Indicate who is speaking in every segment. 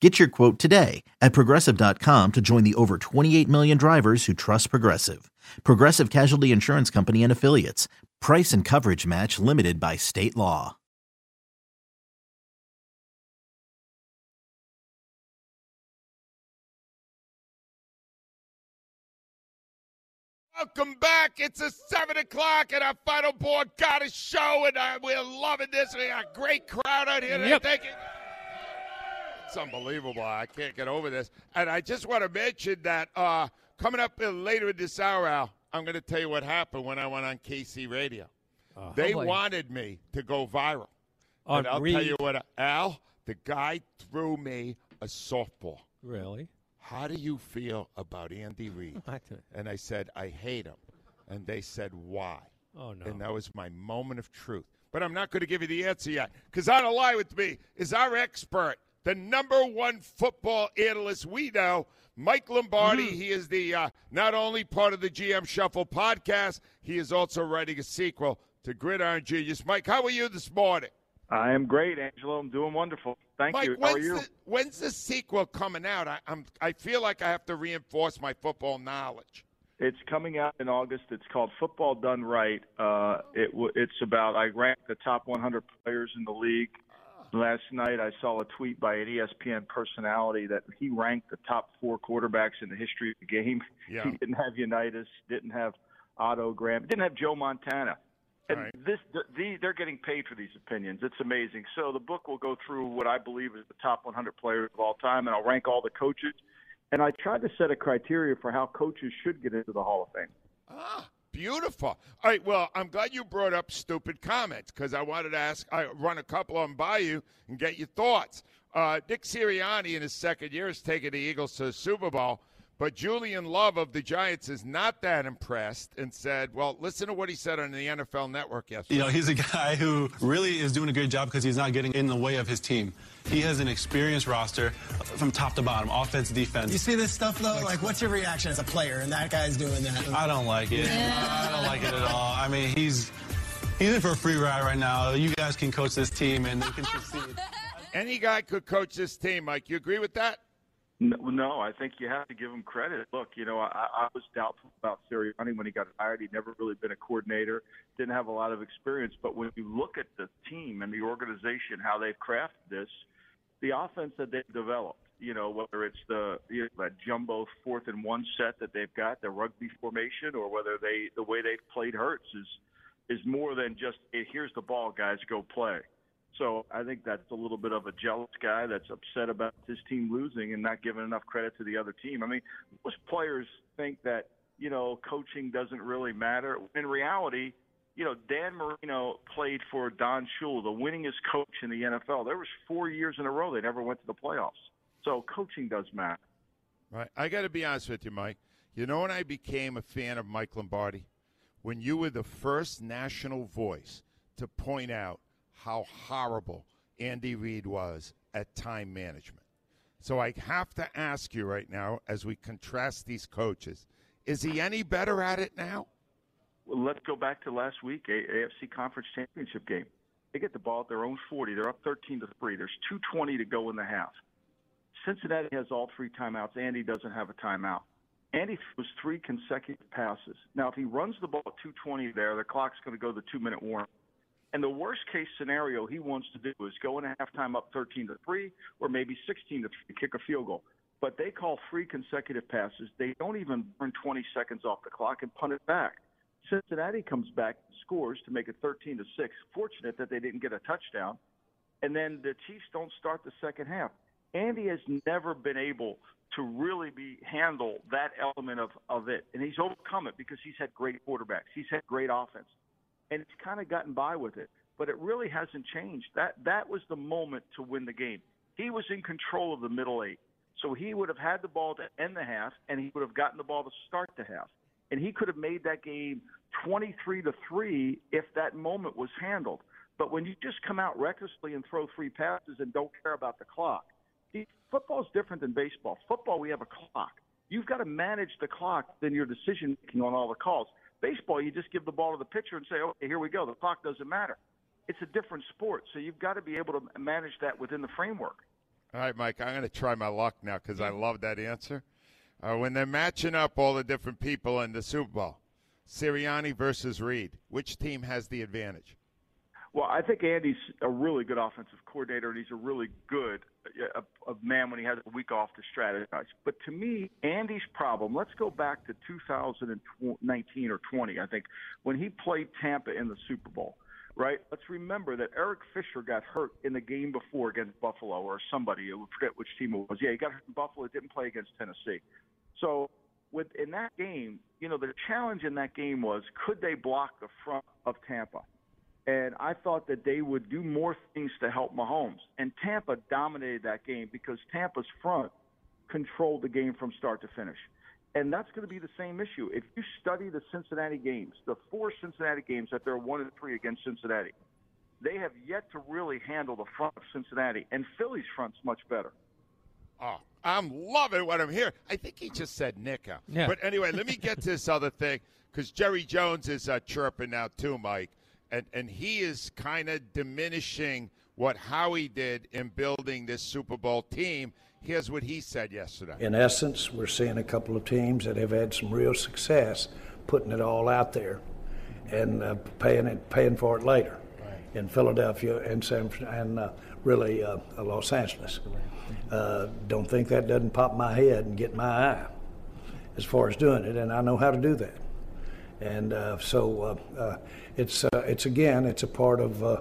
Speaker 1: Get your quote today at progressive.com to join the over 28 million drivers who trust Progressive. Progressive Casualty Insurance Company and Affiliates. Price and coverage match limited by state law.
Speaker 2: Welcome back. It's a seven o'clock, and our final board got a show, and uh, we're loving this. We got a great crowd out here. today.
Speaker 3: Yep.
Speaker 2: Thank you. It's unbelievable. I can't get over this. And I just want to mention that uh, coming up uh, later in this hour, Al, I'm going to tell you what happened when I went on KC Radio. they
Speaker 3: Uh, oh, boy.
Speaker 2: wanted me to go viral.
Speaker 3: On
Speaker 2: and I'll tell
Speaker 3: Reed.
Speaker 2: you what, Al, the guy threw me a softball.
Speaker 3: Really?
Speaker 2: How do you feel about Andy Reid?
Speaker 3: I do-
Speaker 2: And I said, I hate him. And they said, why?
Speaker 3: Oh, no.
Speaker 2: And that was my moment of truth. But I'm not going to give you the answer yet because on a lie with me is our expert, the number one football analyst we know, Mike Lombardi.
Speaker 3: Mm-hmm.
Speaker 2: He is the uh, not only part of the GM Shuffle podcast, he is also writing a sequel to Gridiron Genius. Mike, how are you this morning?
Speaker 4: I am great, Angelo. I'm doing wonderful. Thank
Speaker 2: Mike,
Speaker 4: you. How
Speaker 2: when's
Speaker 4: are you?
Speaker 2: The, when's the sequel coming out? I, I'm I feel like I have to reinforce my football knowledge.
Speaker 4: It's coming out in August. It's called Football Done Right. Uh, it w- it's about I ranked the top 100 players in the league. Last night, I saw a tweet by an E ESPN personality that he ranked the top four quarterbacks in the history of the game.
Speaker 2: Yeah.
Speaker 4: He didn't have Unitas, didn't have Otto Graham, didn't have Joe Montana. And
Speaker 2: Right.
Speaker 4: this, th- the, they're getting paid for these opinions. It's amazing. So the book will go through what I believe is the top 100 players of all time, and I'll rank all the coaches. And I tried to set a criteria for how coaches should get into the Hall of Fame.
Speaker 2: Ah, beautiful. All right. Well, I'm glad you brought up stupid comments because I wanted to ask. I run a couple of them by you and get your thoughts. Uh, Dick Sirianni in his second year has taken the Eagles to the Super Bowl, but Julian Love of the Giants is not that impressed and said, "Well, listen to what he said on the NFL Network yesterday."
Speaker 5: You know, he's a guy who really is doing a good job because he's not getting in the way of his team. He has an experienced roster from top to bottom, offense,
Speaker 6: You
Speaker 5: defense.
Speaker 6: see this stuff though? Like, what's your reaction as a player? And that guy's doing that.
Speaker 5: I don't like it. I don't like it at all. I mean, he's he's in for a free ride right now. You guys can coach this team and they can succeed.
Speaker 2: Any guy could coach this team, Mike. You agree with that?
Speaker 4: No, no, I think you have to give him credit. Look, you know, I, I was doubtful about Sirianni when he got hired. He'd never really been a coordinator, didn't have a lot of experience. But when you look at the team and the organization, how they've crafted this, the offense that they've developed, you know, whether it's the you know, that jumbo fourth and one set that they've got, the rugby formation, or whether they the way they've played Hurts is is more than just "Hey, here's the ball, guys, go play. So I think that's a little bit of a jealous guy that's upset about his team losing and not giving enough credit to the other team. I mean, most players think that you know coaching doesn't really matter. In reality, you know Dan Marino played for Don Shula, the winningest coach in the NFL. There was four years in a row they never went to the playoffs. So coaching does matter.
Speaker 2: Right. I got to be honest with you, Mike. You know when I became a fan of Mike Lombardi? When you were the first national voice to point out how horrible Andy Reid was at time management. So I have to ask you right now, as we contrast these coaches, is he any better at it now?
Speaker 4: Well, let's go back to last week, A- AFC Conference Championship game. They get the ball at their own 40. They're up 13 to three. There's 2:20 to go in the half. Cincinnati has all three timeouts. Andy doesn't have a timeout. Andy throws three consecutive passes. Now, if he runs the ball at 2:20 there, the clock's going to go to the two-minute warning. And the worst case scenario he wants to do is go into halftime up 13 to 3 or maybe 16 to 3, kick a field goal. But they call three consecutive passes. They don't even burn 20 seconds off the clock and punt it back. Cincinnati comes back, scores to make it 13 to 6. Fortunate that they didn't get a touchdown. And then the Chiefs don't start the second half. Andy has never been able to really be handle that element of, of it. And he's overcome it because he's had great quarterbacks. He's had great offense and it's kind of gotten by with it. But it really hasn't changed. That that was the moment to win the game. He was in control of the middle eight, so he would have had the ball to end the half, and he would have gotten the ball to start the half. and he could have made that game 23 to 3 if that moment was handled. But when you just come out recklessly and throw three passes and don't care about the clock, see, football's different than baseball. Football, we have a clock. You've got to manage the clock in your decision making on all the calls. Baseball, you just give the ball to the pitcher and say, okay, here we go. The clock doesn't matter. It's a different sport, so you've got to be able to manage that within the framework.
Speaker 2: All right, Mike, I'm going to try my luck now because I love that answer. Uh, when they're matching up all the different people in the Super Bowl, Sirianni versus Reed, which team has the advantage?
Speaker 4: Well, I think Andy's a really good offensive coordinator, and he's a really good uh, a, a man when he has a week off to strategize. But to me, Andy's problem. Let's go back to 2019 or 20. I think when he played Tampa in the Super Bowl, right? Let's remember that Eric Fisher got hurt in the game before against Buffalo or somebody. I forget which team it was. Yeah, he got hurt in Buffalo. Didn't play against Tennessee. So with in that game, you know, the challenge in that game was could they block the front of Tampa? And I thought that they would do more things to help Mahomes. And Tampa dominated that game because Tampa's front controlled the game from start to finish. And that's going to be the same issue. If you study the Cincinnati games, the four Cincinnati games that they're one and three against Cincinnati, they have yet to really handle the front of Cincinnati. And Philly's front's much better.
Speaker 2: Oh, I'm loving what I'm hearing. I think he just said Nicka.
Speaker 3: Yeah.
Speaker 2: But anyway, let me get to this other thing because Jerry Jones is uh, chirping now too, Mike, and and he is kind of diminishing what Howie did in building this Super Bowl team. Here's what he said yesterday.
Speaker 7: In essence, we're seeing a couple of teams that have had some real success putting it all out there and uh, paying it, paying for it later in Philadelphia and San Fran- and uh, really uh, uh, Los Angeles. Uh, don't think that doesn't pop my head and get my eye as far as doing it, and I know how to do that. And uh, so uh, uh, it's uh, it's again it's a part of uh,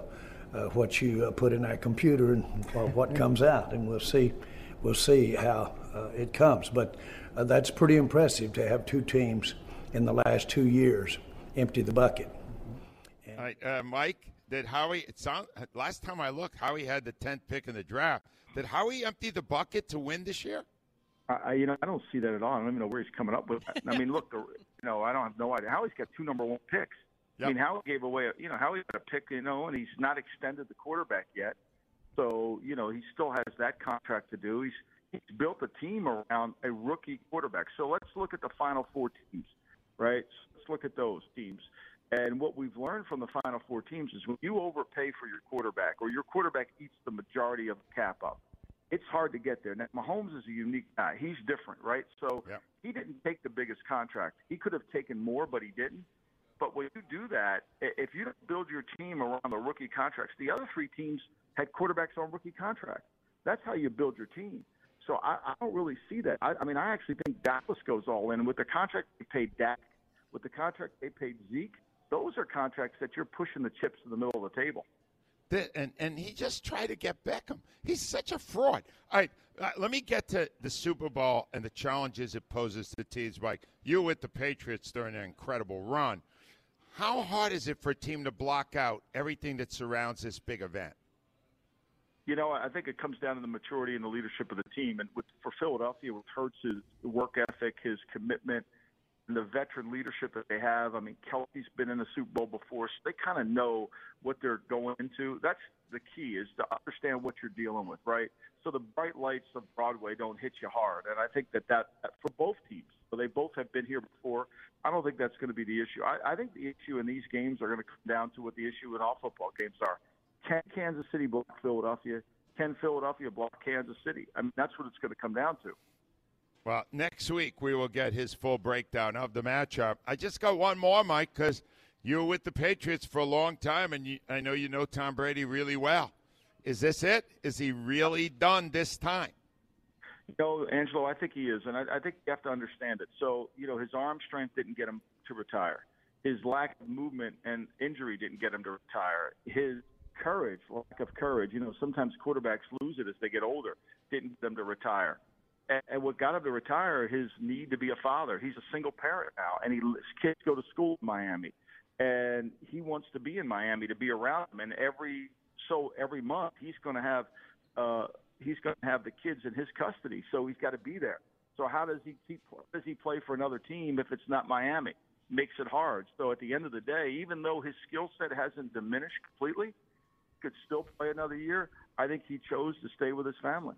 Speaker 7: uh, what you uh, put in that computer and well, what comes out, and we'll see we'll see how uh, it comes. But uh, that's pretty impressive to have two teams in the last two years empty the bucket.
Speaker 2: All right, uh, Mike, did Howie? It sound last time I looked, Howie had the 10th pick in the draft. Did Howie empty the bucket to win this year?
Speaker 4: I, I- you know, I don't see that at all. I don't even know where he's coming up with that. I mean, look, the, you know, I don't have no idea. Howie's got two number one picks. I mean, Howie gave away, a, you know, Howie got a pick, you know, and he's not extended the quarterback yet. So, you know, he still has that contract to do. He's he's built a team around a rookie quarterback. So let's look at the final four teams, right? Let's look at those teams. And what we've learned from the final four teams is when you overpay for your quarterback or your quarterback eats the majority of the cap up, it's hard to get there. Now, Mahomes is a unique guy. He's different, right? So
Speaker 2: Yep.
Speaker 4: he didn't take the biggest contract. He could have taken more, but he didn't. But when you do that, i- if you don't build your team around the rookie contracts, the other three teams had quarterbacks on rookie contracts. That's how you build your team. So I, I don't really see that. I, I mean, I actually think Dallas goes all in with the contract they paid Dak, with the contract they paid Zeke. Those are contracts that you're pushing the chips to the middle of the table.
Speaker 2: Th- and and he just tried to get Beckham. He's such a fraud. All right, uh, let me get to the Super Bowl and the challenges it poses to teams. Like you with the Patriots during an incredible run, how hard is it for a team to block out everything that surrounds this big event?
Speaker 4: You know, I think it comes down to the maturity and the leadership of the team. And with, for Philadelphia, with Hertz's work ethic, his commitment, and the veteran leadership that they have. I mean, Kelsey's been in the Super Bowl before, so they kind of know what they're going into. That's the key is to understand what you're dealing with, right? So the bright lights of Broadway don't hit you hard, and I think that that, that for both teams, so they both have been here before. I don't think that's going to be the issue. I, I think the issue in these games are going to come down to what the issue in all football games are. Can Kansas City block Philadelphia? Can Philadelphia block Kansas City? I mean, that's what it's going to come down to.
Speaker 2: Well, next week we will get his full breakdown of the matchup. I just got one more, Mike, because you were with the Patriots for a long time, and you, I know you know Tom Brady really well. Is this it? Is he really done this time?
Speaker 4: You know, Angelo, I think he is, and I, I think you have to understand it. So, you know, his arm strength didn't get him to retire. His lack of movement and injury didn't get him to retire. His courage, lack of courage, you know, sometimes quarterbacks lose it as they get older, didn't get him to retire. And, and what got him to retire, his need to be a father. He's a single parent now, and he, his kids go to school in Miami, and he wants to be in Miami to be around them. And every so every month, he's going to have uh, he's going to have the kids in his custody, so he's got to be there. So how does he, he how does he play for another team if it's not Miami? Makes it hard. So at the end of the day, even though his skill set hasn't diminished completely, could still play another year. I think he chose to stay with his family.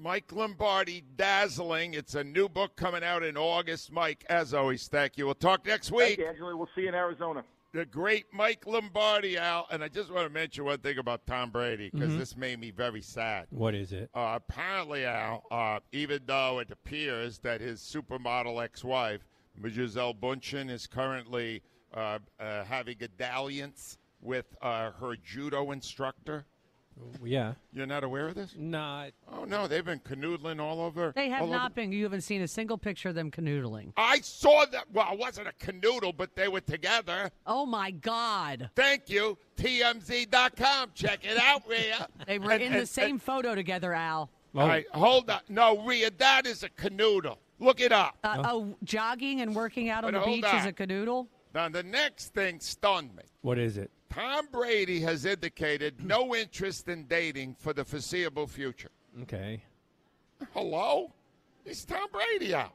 Speaker 2: Mike Lombardi, dazzling. It's a new book coming out in August. Mike, as always, thank you. We'll talk next
Speaker 4: Thank
Speaker 2: week.
Speaker 4: you, Angela. We'll see you in Arizona.
Speaker 2: The great Mike Lombardi, Al. And I just want to mention one thing about Tom Brady because
Speaker 3: Mhm.
Speaker 2: this made me very sad.
Speaker 3: What is it?
Speaker 2: Uh, apparently, Al, uh, even though it appears that his supermodel ex wife, Giselle Bundchen, is currently uh, uh, having a dalliance with uh, her judo instructor.
Speaker 3: Yeah.
Speaker 2: You're not aware of this?
Speaker 3: Not.
Speaker 2: Oh, no. They've been canoodling all over.
Speaker 8: They have
Speaker 2: all Oh, over
Speaker 8: not been. You haven't seen a single picture of them canoodling.
Speaker 2: I saw that. Well, it wasn't a canoodle, but they were together.
Speaker 8: Oh my God!
Speaker 2: Thank you. TMZ.com. Check it out, Rhea.
Speaker 8: They were
Speaker 2: And-
Speaker 8: in the
Speaker 2: and-
Speaker 8: same photo together, Al.
Speaker 2: and- all right, hold on. No, Rhea, that is a canoodle. Look it up.
Speaker 8: Uh, oh. jogging and working out on
Speaker 2: But
Speaker 8: the
Speaker 2: hold
Speaker 8: beach is
Speaker 2: on.
Speaker 8: a canoodle.
Speaker 2: Now, the next thing stunned me.
Speaker 3: What is it?
Speaker 2: Tom Brady has indicated no interest in dating for the foreseeable future.
Speaker 3: Okay.
Speaker 2: Hello? He's Tom Brady out.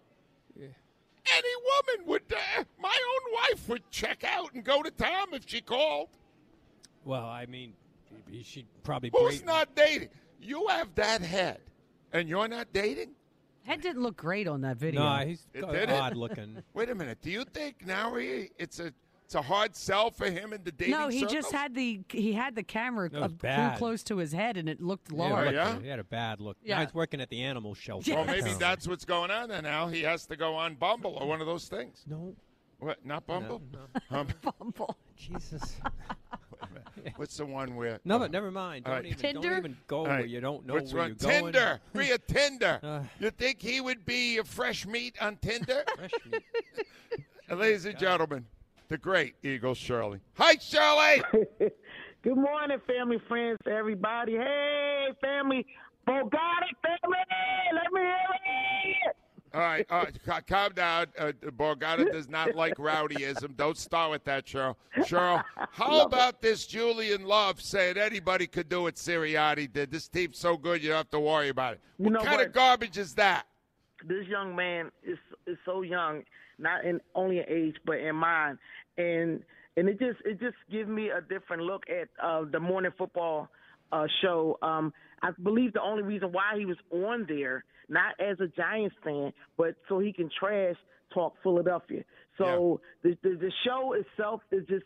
Speaker 2: Any woman would, uh, my own wife would check out and go to Tom if she called.
Speaker 3: Well, I mean, you should probably.
Speaker 2: Who's
Speaker 3: break-
Speaker 2: not dating? You have that head, and you're not dating?
Speaker 8: That didn't look great on that video.
Speaker 3: No, he's
Speaker 2: It did it?
Speaker 3: odd looking.
Speaker 2: Wait a minute. Do you think now he, it's a it's a hard sell for him in the dating?
Speaker 8: No, he
Speaker 2: circles?
Speaker 8: just had the he had the camera
Speaker 3: That
Speaker 8: up
Speaker 3: was
Speaker 8: too
Speaker 3: bad.
Speaker 8: close to his head, and it looked
Speaker 3: Yeah,
Speaker 8: large.
Speaker 3: look,
Speaker 2: yeah?
Speaker 3: He had a bad look.
Speaker 8: Yeah.
Speaker 3: Now he's working at the animal shelter.
Speaker 8: Yeah.
Speaker 2: Well,
Speaker 3: Well,
Speaker 2: maybe that's what's going on. And now he has to go on Bumble or one of those things.
Speaker 3: No.
Speaker 2: What? Not Bumble. Um,
Speaker 8: Bumble.
Speaker 3: Jesus.
Speaker 2: what's the one where?
Speaker 3: No, but never mind. Don't,
Speaker 2: All right.
Speaker 3: even,
Speaker 8: Tinder?
Speaker 3: don't even go
Speaker 2: All
Speaker 3: where
Speaker 2: right.
Speaker 3: you don't know
Speaker 2: What's
Speaker 3: where
Speaker 2: one-
Speaker 3: you're going.
Speaker 2: Tinder. Rhea Tinder.
Speaker 3: Uh.
Speaker 2: you think he would be a fresh meat on Tinder?
Speaker 3: Fresh meat.
Speaker 2: And ladies and gentlemen, the great Eagle Shirley. Hi, Shirley.
Speaker 9: Good morning, family, friends, everybody. Hey, family, Bogatti family, let me hear it.
Speaker 2: All right, uh, ca- calm down. Uh, Borgata does not like rowdyism. Don't start with that, Cheryl. Cheryl, how about this Julian Love saying anybody could do what Sirianni did? This team's so good, you don't have to worry about it.
Speaker 9: You
Speaker 2: what
Speaker 9: know
Speaker 2: kind of
Speaker 9: what?
Speaker 2: garbage is that?
Speaker 9: This young man is is so young, not in only in age, but in mind, and and it just it just gives me a different look at uh, the morning football uh, show. Um, I believe the only reason why he was on there, not as a Giants fan, but so he can trash talk Philadelphia. So the, the the show itself is just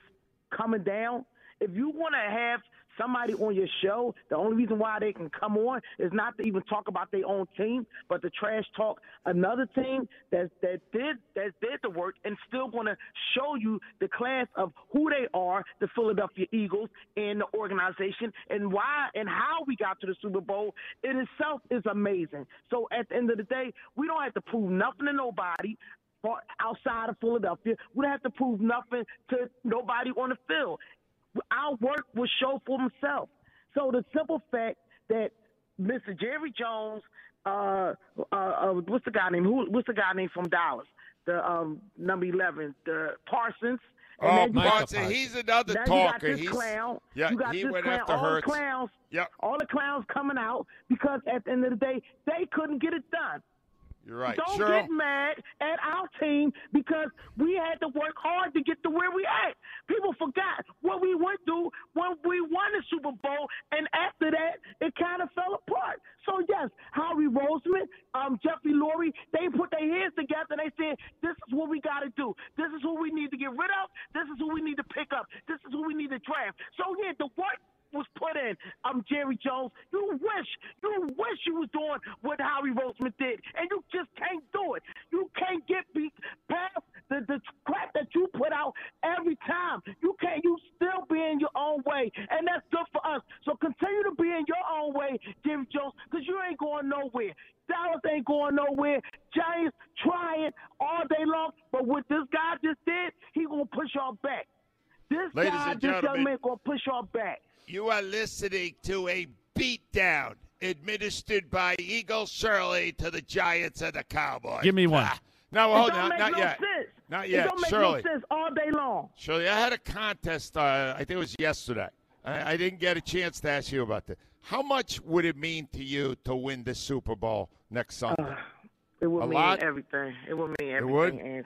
Speaker 9: coming down. If you want to have somebody on your show, the only reason why they can come on is not to even talk about their own team, but to trash talk another team that that did that did the work and still going to show you the class of who they are, the Philadelphia Eagles and the organization, and why and how we got to the Super Bowl. It itself is amazing. So at the end of the day, we don't have to prove nothing to nobody far outside of Philadelphia. We don't have to prove nothing to nobody on the field. Our work will show for himself. So the simple fact that Mr. Jerry Jones, uh, uh, uh, what's the guy name? Who? What's the guy name from Dallas? The um, number eleven, the Parsons. And
Speaker 2: Oh,
Speaker 9: then you got-
Speaker 2: Martin, he's another
Speaker 9: now
Speaker 2: talker.
Speaker 9: You got this
Speaker 2: He's
Speaker 9: clown.
Speaker 2: yeah,
Speaker 9: you got
Speaker 2: he
Speaker 9: this
Speaker 2: went
Speaker 9: clown.
Speaker 2: after
Speaker 9: all
Speaker 2: Hurts.
Speaker 9: the clowns.
Speaker 2: Yep.
Speaker 9: All the clowns coming out because at the end of the day, they couldn't get it done.
Speaker 2: You're right,
Speaker 9: Don't
Speaker 2: Cheryl.
Speaker 9: get mad at our team because we had to work hard to get to where we at. People forgot what we went through when we won the Super Bowl, and after that, it kind of fell apart. So yes, Howie Roseman, um, Jeffrey Lurie, they put their heads together and they said, "This is what we got to do. This is who we need to get rid of. This is who we need to pick up. This is who we need to draft." So yeah, the work was put in. I'm Jerry Jones. You wish, you wish you was doing what Howie Roseman did, and you just can't do it. You can't get beat past the, the crap that you put out every time. You can't. You still be in your own way, and that's good for us. So continue to be in your own way, Jerry Jones, because you ain't going nowhere. Dallas ain't going nowhere. Giants trying all day long, but what this guy just did, he gonna push y'all back. This
Speaker 2: Ladies
Speaker 9: guy,
Speaker 2: and
Speaker 9: this young
Speaker 2: gentlemen.
Speaker 9: man gonna push y'all back.
Speaker 2: You are listening to a beatdown administered by Eagle Shirley to the Giants and the Cowboys.
Speaker 10: Give me one.
Speaker 2: Ah, no,
Speaker 9: It
Speaker 2: hold
Speaker 9: don't
Speaker 2: on.
Speaker 9: make
Speaker 2: Not
Speaker 9: no
Speaker 2: yet.
Speaker 9: sense.
Speaker 2: Not
Speaker 9: It
Speaker 2: yet.
Speaker 9: don't make
Speaker 2: Shirley.
Speaker 9: no sense all day long.
Speaker 2: Shirley, I had a contest. Uh, I think it was yesterday. I, I didn't get a chance to ask you about this. How much would it mean to you to win the Super Bowl next Sunday?
Speaker 9: Uh, It would
Speaker 2: A
Speaker 9: mean
Speaker 2: lot?
Speaker 9: everything. It would mean everything.
Speaker 2: would?
Speaker 9: Andrew.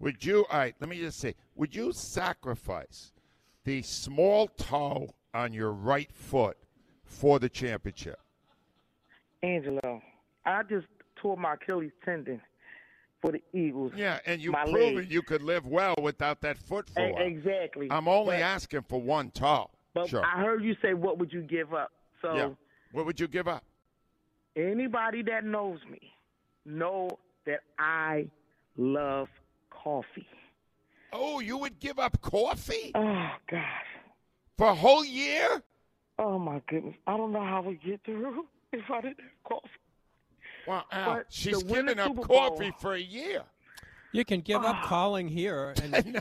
Speaker 2: Would you? All right. Let me just say. Would you sacrifice the small toe on your right foot for the championship?
Speaker 9: Angelo, I just tore my Achilles tendon for the Eagles.
Speaker 2: Yeah, and you've
Speaker 9: my
Speaker 2: proven
Speaker 9: leg.
Speaker 2: you could live well without that foot for a
Speaker 9: E-
Speaker 2: while.
Speaker 9: exactly.
Speaker 2: I'm only
Speaker 9: But-
Speaker 2: asking for one toe.
Speaker 9: But
Speaker 2: sure.
Speaker 9: I heard you say, "What would you give up?" So
Speaker 2: yeah. What would you give up?
Speaker 9: anybody that knows me know that I love coffee.
Speaker 2: Oh, you would give up coffee
Speaker 9: Oh God.
Speaker 2: for a whole year?
Speaker 9: Oh my goodness. I don't know how we get through if I didn't have coffee.
Speaker 2: Wow, Al,
Speaker 9: But
Speaker 2: she's
Speaker 9: to win the
Speaker 2: giving up
Speaker 9: Super Bowl-
Speaker 2: coffee for a year.
Speaker 3: You can give up calling here, and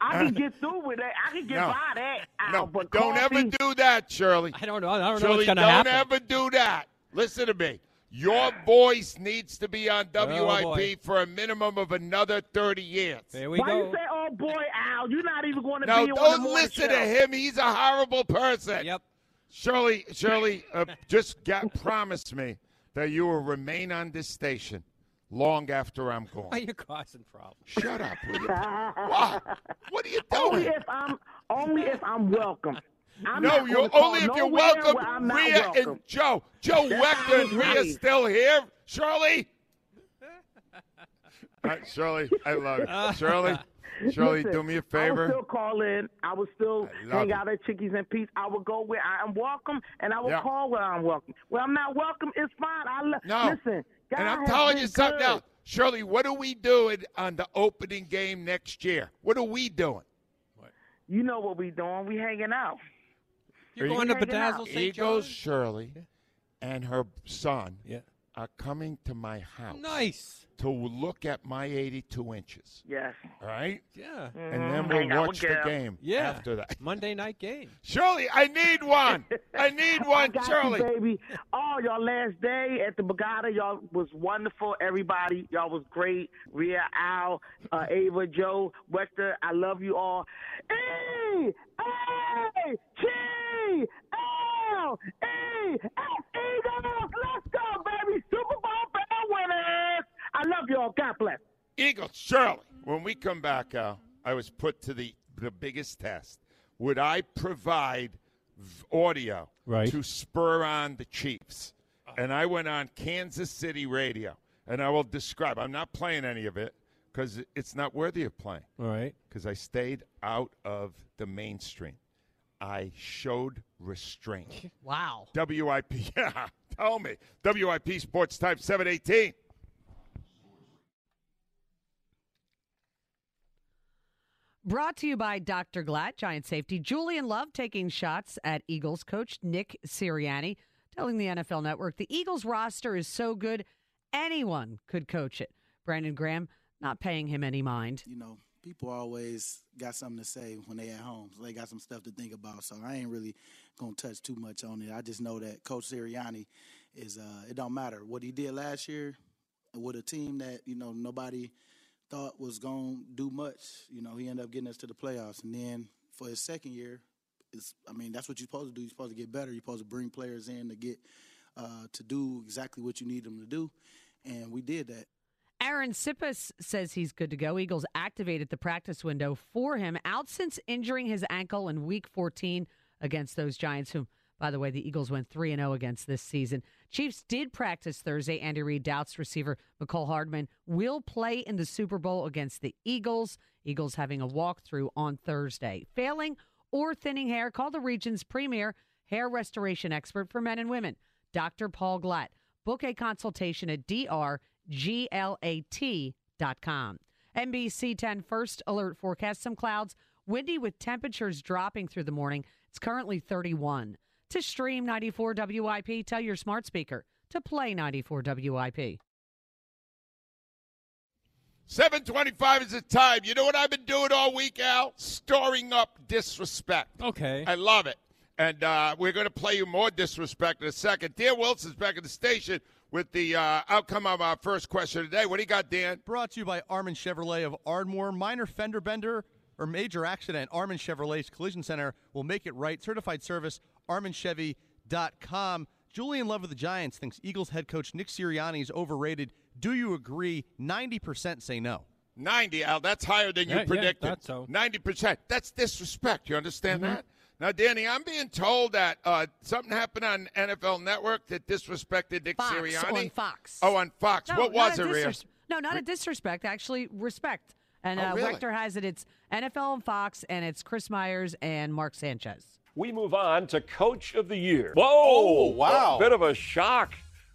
Speaker 9: I can get through with that. I can get
Speaker 2: uh, No.
Speaker 9: by that.
Speaker 2: No,
Speaker 9: Al, but
Speaker 2: don't ever
Speaker 9: coffee-
Speaker 2: do that, Shirley.
Speaker 3: I don't know. I don't know
Speaker 2: Shirley,
Speaker 3: what's going to
Speaker 2: don't
Speaker 3: happen.
Speaker 2: ever do that. Listen to me. Your voice needs to be on WIP
Speaker 3: Oh, boy.
Speaker 2: for a minimum of another 30 years.
Speaker 3: there we
Speaker 9: Why
Speaker 3: go.
Speaker 9: you say, "Oh boy, Al"? You're not even going to
Speaker 2: No,
Speaker 9: be on the
Speaker 2: don't
Speaker 9: morning
Speaker 2: listen to
Speaker 9: show.
Speaker 2: him. He's a horrible person.
Speaker 3: Yep.
Speaker 2: Shirley, Shirley, uh, just got, promise me that you will remain on this station long after I'm
Speaker 3: Why
Speaker 2: gone.
Speaker 3: are you causing problems?
Speaker 2: Shut up. Will you? What? What are you
Speaker 9: Only
Speaker 2: doing?
Speaker 9: if I'm only if I'm welcome. I'm
Speaker 2: No,
Speaker 9: not on
Speaker 2: you're
Speaker 9: the call
Speaker 2: only if you're
Speaker 9: nowhere where
Speaker 2: welcome.
Speaker 9: I'm not
Speaker 2: Rhea
Speaker 9: welcome.
Speaker 2: and Joe. Joe
Speaker 9: That's how
Speaker 2: Wechter and
Speaker 9: it's
Speaker 2: Rhea
Speaker 9: raised.
Speaker 2: still here. Shirley. Uh, Shirley, I love
Speaker 3: Uh,
Speaker 2: you. Shirley, Shirley,
Speaker 9: Listen,
Speaker 2: do me a
Speaker 9: I would
Speaker 2: favor.
Speaker 9: still call in. I would still
Speaker 2: I love
Speaker 9: hang
Speaker 2: it.
Speaker 9: out at Chickies and Peace. I would go where I am welcome, and I will
Speaker 2: Yeah.
Speaker 9: call where I'm welcome. Where I'm not welcome, it's fine. I lo-
Speaker 2: No.
Speaker 9: listen. God
Speaker 2: and I'm
Speaker 9: has
Speaker 2: telling
Speaker 9: been
Speaker 2: you something
Speaker 9: good.
Speaker 2: else. Shirley, what are we doing on the opening game next year? What are we doing?
Speaker 9: You know what we doing? We hanging out.
Speaker 3: You're
Speaker 2: Eagles-
Speaker 3: going to
Speaker 9: Hanging out.
Speaker 3: Bedazzle St.
Speaker 2: Eagles
Speaker 3: John's?
Speaker 2: Shirley and her son
Speaker 3: Yeah.
Speaker 2: are coming to my house
Speaker 3: Nice.
Speaker 2: to look at my 82 inches.
Speaker 9: Yes.
Speaker 2: All right?
Speaker 3: Yeah.
Speaker 2: And then
Speaker 9: Mhm.
Speaker 2: we'll
Speaker 9: Hang out with
Speaker 2: watch the
Speaker 9: Gail.
Speaker 2: game
Speaker 3: Yeah.
Speaker 2: after that.
Speaker 3: Monday night game.
Speaker 2: Shirley, I need one. I need
Speaker 9: I
Speaker 2: one,
Speaker 9: got
Speaker 2: Shirley.
Speaker 9: you, baby. Oh, y'all last day at the Borgata, y'all was wonderful. Everybody, y'all was great. Rhea, Al, uh, Ava, Joe, Wester, I love you all. E A T L E S Eagles, let's go, baby! Super Bowl bell winners. I love y'all. God bless.
Speaker 2: Eagles, Shirley. When we come back, Al, I was put to the, the biggest test. Would I provide v- audio
Speaker 3: Right.
Speaker 2: to spur on the Chiefs? And I went on Kansas City radio, and I will describe. I'm not playing any of it because it's not worthy of playing.
Speaker 3: All right.
Speaker 2: because I stayed out of the mainstream. I showed restraint.
Speaker 8: Wow.
Speaker 2: WIP, yeah, tell me. WIP Sports Type 718.
Speaker 8: Brought to you by Dr. Glatt, Giant Safety, Julian Love taking shots at Eagles coach Nick Sirianni, telling the NFL Network the Eagles roster is so good anyone could coach it. Brandon Graham not paying him any mind.
Speaker 6: You know, people always got something to say when they at home. So they got some stuff to think about. So I ain't really gonna touch too much on it. I just know that Coach Sirianni is. Uh, it don't matter what he did last year with a team that you know nobody thought was gonna do much. You know, he ended up getting us to the playoffs, and then for his second year, it's. I mean, that's what you're supposed to do. You're supposed to get better. You're supposed to bring players in to get uh, to do exactly what you need them to do, and we did that.
Speaker 8: Aaron Sippis says he's good to go. Eagles activated the practice window for him, out since injuring his ankle in week 14 against those Giants, whom, by the way, the Eagles went 3 0 against this season. Chiefs did practice Thursday. Andy Reid doubts receiver McCole Hardman will play in the Super Bowl against the Eagles. Eagles having a walkthrough on Thursday. Failing or thinning hair, call the region's premier hair restoration expert for men and women, Dr. Paul Glatt. Book a consultation at drglat.com. NBC 10 first alert forecast some clouds, windy with temperatures dropping through the morning. It's currently 31. To stream 94 WIP, tell your smart speaker to play 94 WIP.
Speaker 2: 725 is the time. You know what I've been doing all week, Al? Storing up disrespect.
Speaker 3: Okay.
Speaker 2: I love it. And uh, we're going to play you more disrespect in a second. Dan Wilson's back at the station with the uh, outcome of our first question today. What do you got, Dan?
Speaker 10: Brought to you by Armin Chevrolet of Ardmore. Minor fender bender or major accident, Armin Chevrolet's Collision Center will make it right. Certified service, arminchevy.com. Julian Love of the Giants thinks Eagles head coach Nick Sirianni is overrated. Do you agree? 90% say no.
Speaker 2: 90, Al. That's higher than you
Speaker 10: Yeah, yeah,
Speaker 2: predicted.
Speaker 10: thought so. Mm-hmm.
Speaker 2: 90%. That's disrespect. You understand that? Now, Danny, I'm being told that uh, something happened on NFL Network that disrespected Nick
Speaker 8: Fox,
Speaker 2: Sirianni.
Speaker 8: on Fox.
Speaker 2: Oh, on Fox.
Speaker 8: No,
Speaker 2: what
Speaker 8: not
Speaker 2: was
Speaker 8: a
Speaker 2: it, Rhea?
Speaker 8: disres- No, not a disrespect. Actually, respect. And
Speaker 2: Oh,
Speaker 8: uh,
Speaker 2: really?
Speaker 8: Wechter has it. It's NFL and Fox, and it's Chris Myers and Mark Sanchez.
Speaker 11: We move on to Coach of the Year. Whoa!
Speaker 12: Oh, wow.
Speaker 11: A bit of a shock.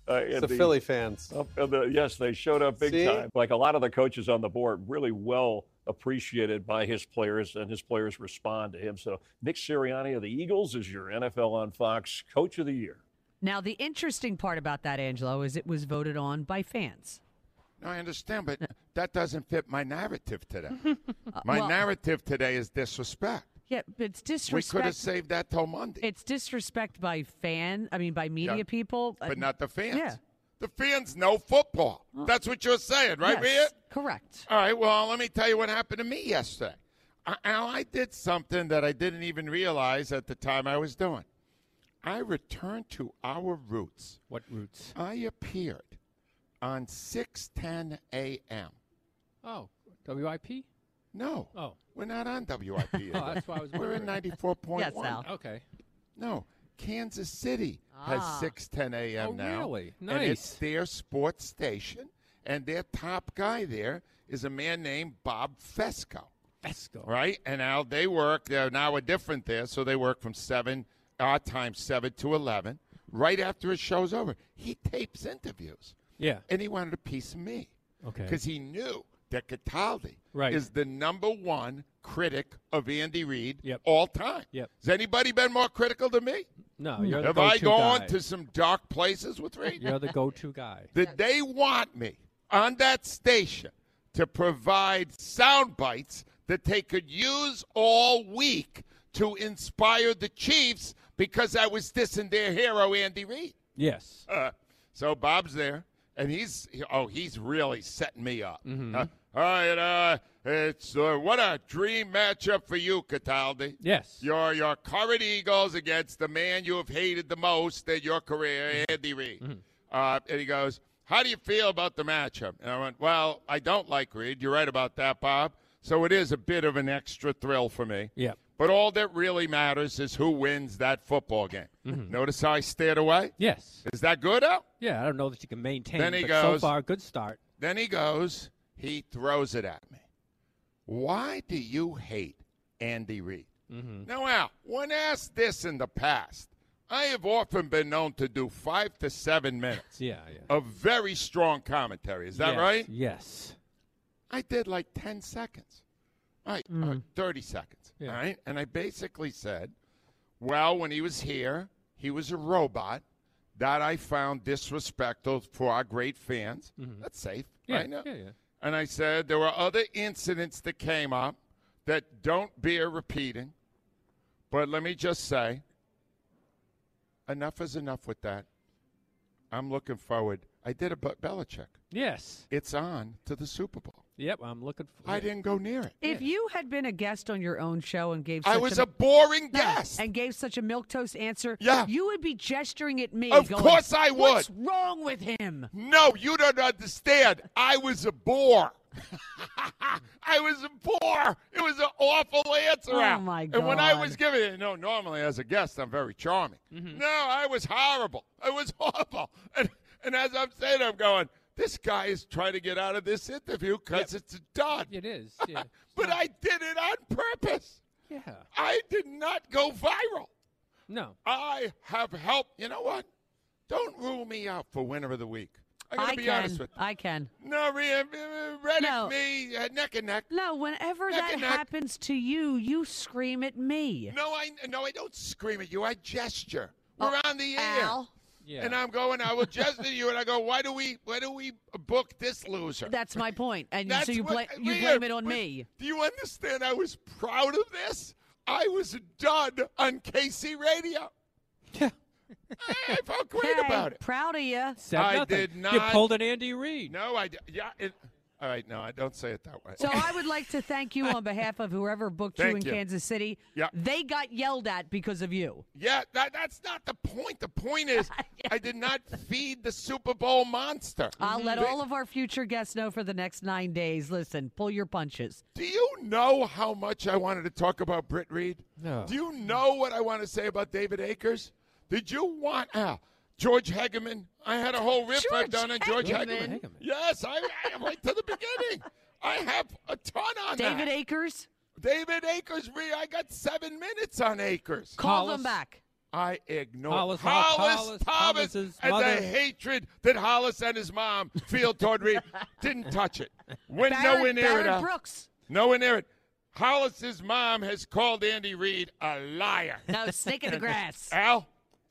Speaker 11: Uh, in
Speaker 12: the Philly fans.
Speaker 11: up in the- yes, they showed up big
Speaker 12: See?
Speaker 11: time. Like a lot of the coaches on the board, really well appreciated by his players, and his players respond to him. So Nick Sirianni of the Eagles is your NFL on Fox Coach of the Year.
Speaker 8: Now, the interesting part about that, Angelo, is it was voted on by fans.
Speaker 2: No, I understand, but that doesn't fit my narrative today. my
Speaker 8: Uh, well-
Speaker 2: narrative today is disrespect.
Speaker 8: Yeah, but it's
Speaker 2: We
Speaker 8: disrespect.
Speaker 2: could have saved that till Monday,
Speaker 8: It's disrespect by fan. I mean, by media people. uh,
Speaker 2: but not the fans.
Speaker 8: Yeah. Uh.
Speaker 2: The fans know football. That's what you're saying, right,
Speaker 8: Yes,
Speaker 2: Rhea?
Speaker 8: Correct.
Speaker 2: All right, well, let me tell you what happened to me yesterday. I, Al, I did something that I didn't even realize at the time I was doing. I returned to our roots.
Speaker 10: What roots?
Speaker 2: I appeared on 6:10 a.m.
Speaker 3: Oh, WIP?
Speaker 2: No.
Speaker 3: Oh.
Speaker 2: We're not on WIP.
Speaker 3: Oh, that's why I was
Speaker 2: We're in
Speaker 3: wondering.
Speaker 2: 94.1.
Speaker 3: Yes, Al. Okay.
Speaker 2: No, Kansas City
Speaker 3: Ah.
Speaker 2: has 6:10 a.m.
Speaker 3: Oh,
Speaker 2: now.
Speaker 3: really?
Speaker 2: And it's their sports station, and their top guy there is a man named Bob Fesco.
Speaker 3: Fesco.
Speaker 2: Right? And now they work. They're now a different there, so they work from seven our time, seven to eleven. Right after his show's over, he tapes interviews.
Speaker 3: Yeah.
Speaker 2: And he wanted a piece of me.
Speaker 3: Okay.
Speaker 2: Because he knew that Cataldi
Speaker 3: Right.
Speaker 2: is the number one critic of Andy Reid
Speaker 3: Yep.
Speaker 2: all time.
Speaker 3: Yep.
Speaker 2: Has anybody been more critical to me?
Speaker 3: No, you're the
Speaker 2: Have I
Speaker 3: go-to
Speaker 2: gone
Speaker 3: guy.
Speaker 2: to some dark places with Reid?
Speaker 3: You're the go-to guy.
Speaker 2: That they want me on that station to provide sound bites that they could use all week to inspire the Chiefs because I was dissing their hero, Andy Reid.
Speaker 3: Yes.
Speaker 2: Uh, so Bob's there, and he's he- oh, he's really setting me up.
Speaker 3: Mhm.
Speaker 2: Uh, all right, uh, it's uh, what a dream matchup for you, Cataldi.
Speaker 3: Yes.
Speaker 2: your your current Eagles against the man you have hated the most in your
Speaker 3: Mm-hmm.
Speaker 2: career, Andy Reid. Uh, and he goes, "How do you feel about the matchup?" And I went, "Well, I don't like Reid. You're right about that, Bob. So it is a bit of an extra thrill for me."
Speaker 3: Yeah.
Speaker 2: But all that really matters is who wins that football game.
Speaker 3: Mhm.
Speaker 2: Notice how I stared away?
Speaker 3: Yes.
Speaker 2: Is that good, Al?
Speaker 3: Yeah, I don't know that you can maintain.
Speaker 2: Then he
Speaker 3: but
Speaker 2: goes-
Speaker 3: so far, good start.
Speaker 2: Then he goes, he throws it at me. Why do you hate Andy Reid?
Speaker 3: Mm-hmm.
Speaker 2: Now, Al, when asked this in the past, I have often been known to do five to seven minutes
Speaker 3: Yeah, yeah.
Speaker 2: of very strong commentary. Is that
Speaker 3: Yes,
Speaker 2: right?
Speaker 3: Yes.
Speaker 2: I did like 10 seconds. All right, uh, 30 seconds.
Speaker 3: Yeah.
Speaker 2: All right. And I basically said, well, when he was here, he was a robot. That I found disrespectful for our great fans. That's safe.
Speaker 3: Mm-hmm. Yeah,
Speaker 2: right? No.
Speaker 3: yeah, yeah.
Speaker 2: And I said there were other incidents that came up that don't bear repeating. But let me just say, enough is enough with that. I'm looking forward. I did a Be- Belichick.
Speaker 3: Yes.
Speaker 2: It's on to the Super Bowl.
Speaker 3: Yep. I'm looking. For,
Speaker 2: I didn't go near it.
Speaker 8: If you had been a guest on your own show and gave, such
Speaker 2: I was a boring
Speaker 8: No,
Speaker 2: guest.
Speaker 8: and gave such a milk toast answer,
Speaker 2: Yeah.
Speaker 8: you would be gesturing at me.
Speaker 2: Of
Speaker 8: going,
Speaker 2: course I would.
Speaker 8: What's wrong with him?
Speaker 2: No, you don't understand. I was a bore. I was a bore. It was an awful answer.
Speaker 8: Oh,
Speaker 2: Al.
Speaker 8: my
Speaker 2: And when I was
Speaker 8: God. Mm-hmm.
Speaker 2: giving it, no, normally as a guest, I'm very charming. No, I was horrible. I was horrible. And, and as I'm saying, I'm going, this guy is trying to get out of this interview because it's done.
Speaker 3: It is. Yeah.
Speaker 2: But I did it on purpose.
Speaker 3: yeah.
Speaker 2: I did not go viral.
Speaker 3: No.
Speaker 2: I have helped. You know what? Don't rule me out for winner of the week. I gotta
Speaker 8: I
Speaker 2: be
Speaker 8: can.
Speaker 2: honest with you.
Speaker 8: I can.
Speaker 2: No, Rhea, uh, Reddick,
Speaker 8: No.
Speaker 2: me, uh, neck and neck.
Speaker 8: No, whenever
Speaker 2: Neck
Speaker 8: that
Speaker 2: and neck.
Speaker 8: happens to you, you scream at me.
Speaker 2: No, I no, I don't scream at you. I gesture. We're on the air,
Speaker 8: Oh, Al,
Speaker 3: Yeah.
Speaker 2: and I'm going. I will gesture to you, and I go. Why do we? Why do we book this loser?
Speaker 8: that's my point. And
Speaker 2: That's
Speaker 8: so you, bla-
Speaker 2: what-
Speaker 8: you
Speaker 2: Rhea,
Speaker 8: blame it on
Speaker 2: but
Speaker 8: me.
Speaker 2: Do you understand? I was proud of this. I was done on KC Radio.
Speaker 3: Yeah.
Speaker 2: I felt great
Speaker 8: Okay,
Speaker 2: about it.
Speaker 8: Proud of you.
Speaker 3: Said
Speaker 2: I
Speaker 3: nothing.
Speaker 2: did
Speaker 3: You
Speaker 2: not-
Speaker 3: pulled an Andy Reid.
Speaker 2: No, I d- yeah. It, All right, no, I don't say it that way.
Speaker 8: So I would like to thank you on behalf of whoever booked you
Speaker 2: Thank
Speaker 8: in
Speaker 2: you.
Speaker 8: Kansas City.
Speaker 2: Yeah.
Speaker 8: They got yelled at because of you.
Speaker 2: Yeah, that, that's not the point. The point is, I did not feed the Super Bowl monster.
Speaker 8: I'll let
Speaker 2: They-
Speaker 8: all of our future guests know for the next nine days. Listen, pull your punches.
Speaker 2: Do you know how much I wanted to talk about Britt Reed?
Speaker 8: No.
Speaker 2: Do you know what I want to say about David Akers? Did you want ah, George Hegeman? I had a whole riff I've
Speaker 12: George
Speaker 2: done on George
Speaker 12: Hegeman.
Speaker 2: Hegeman. Yes, I, I right to the beginning. I have a ton on that.
Speaker 8: David Akers?
Speaker 2: David Akers, re- I got seven minutes on Akers.
Speaker 8: Call them back.
Speaker 2: I ignore
Speaker 12: Hollis,
Speaker 2: Hollis,
Speaker 12: Hollis,
Speaker 2: Thomas and
Speaker 12: Thomas's mother.
Speaker 2: the hatred that Hollis and his mom feel toward Reed. Didn't touch it. Went nowhere
Speaker 12: Baron-
Speaker 2: near it. uh,
Speaker 12: Baron
Speaker 2: Al.
Speaker 12: Brooks.
Speaker 2: Nowhere near it. Hollis's mom has called Andy Reid a liar.
Speaker 8: No, snake in the grass.
Speaker 2: Al,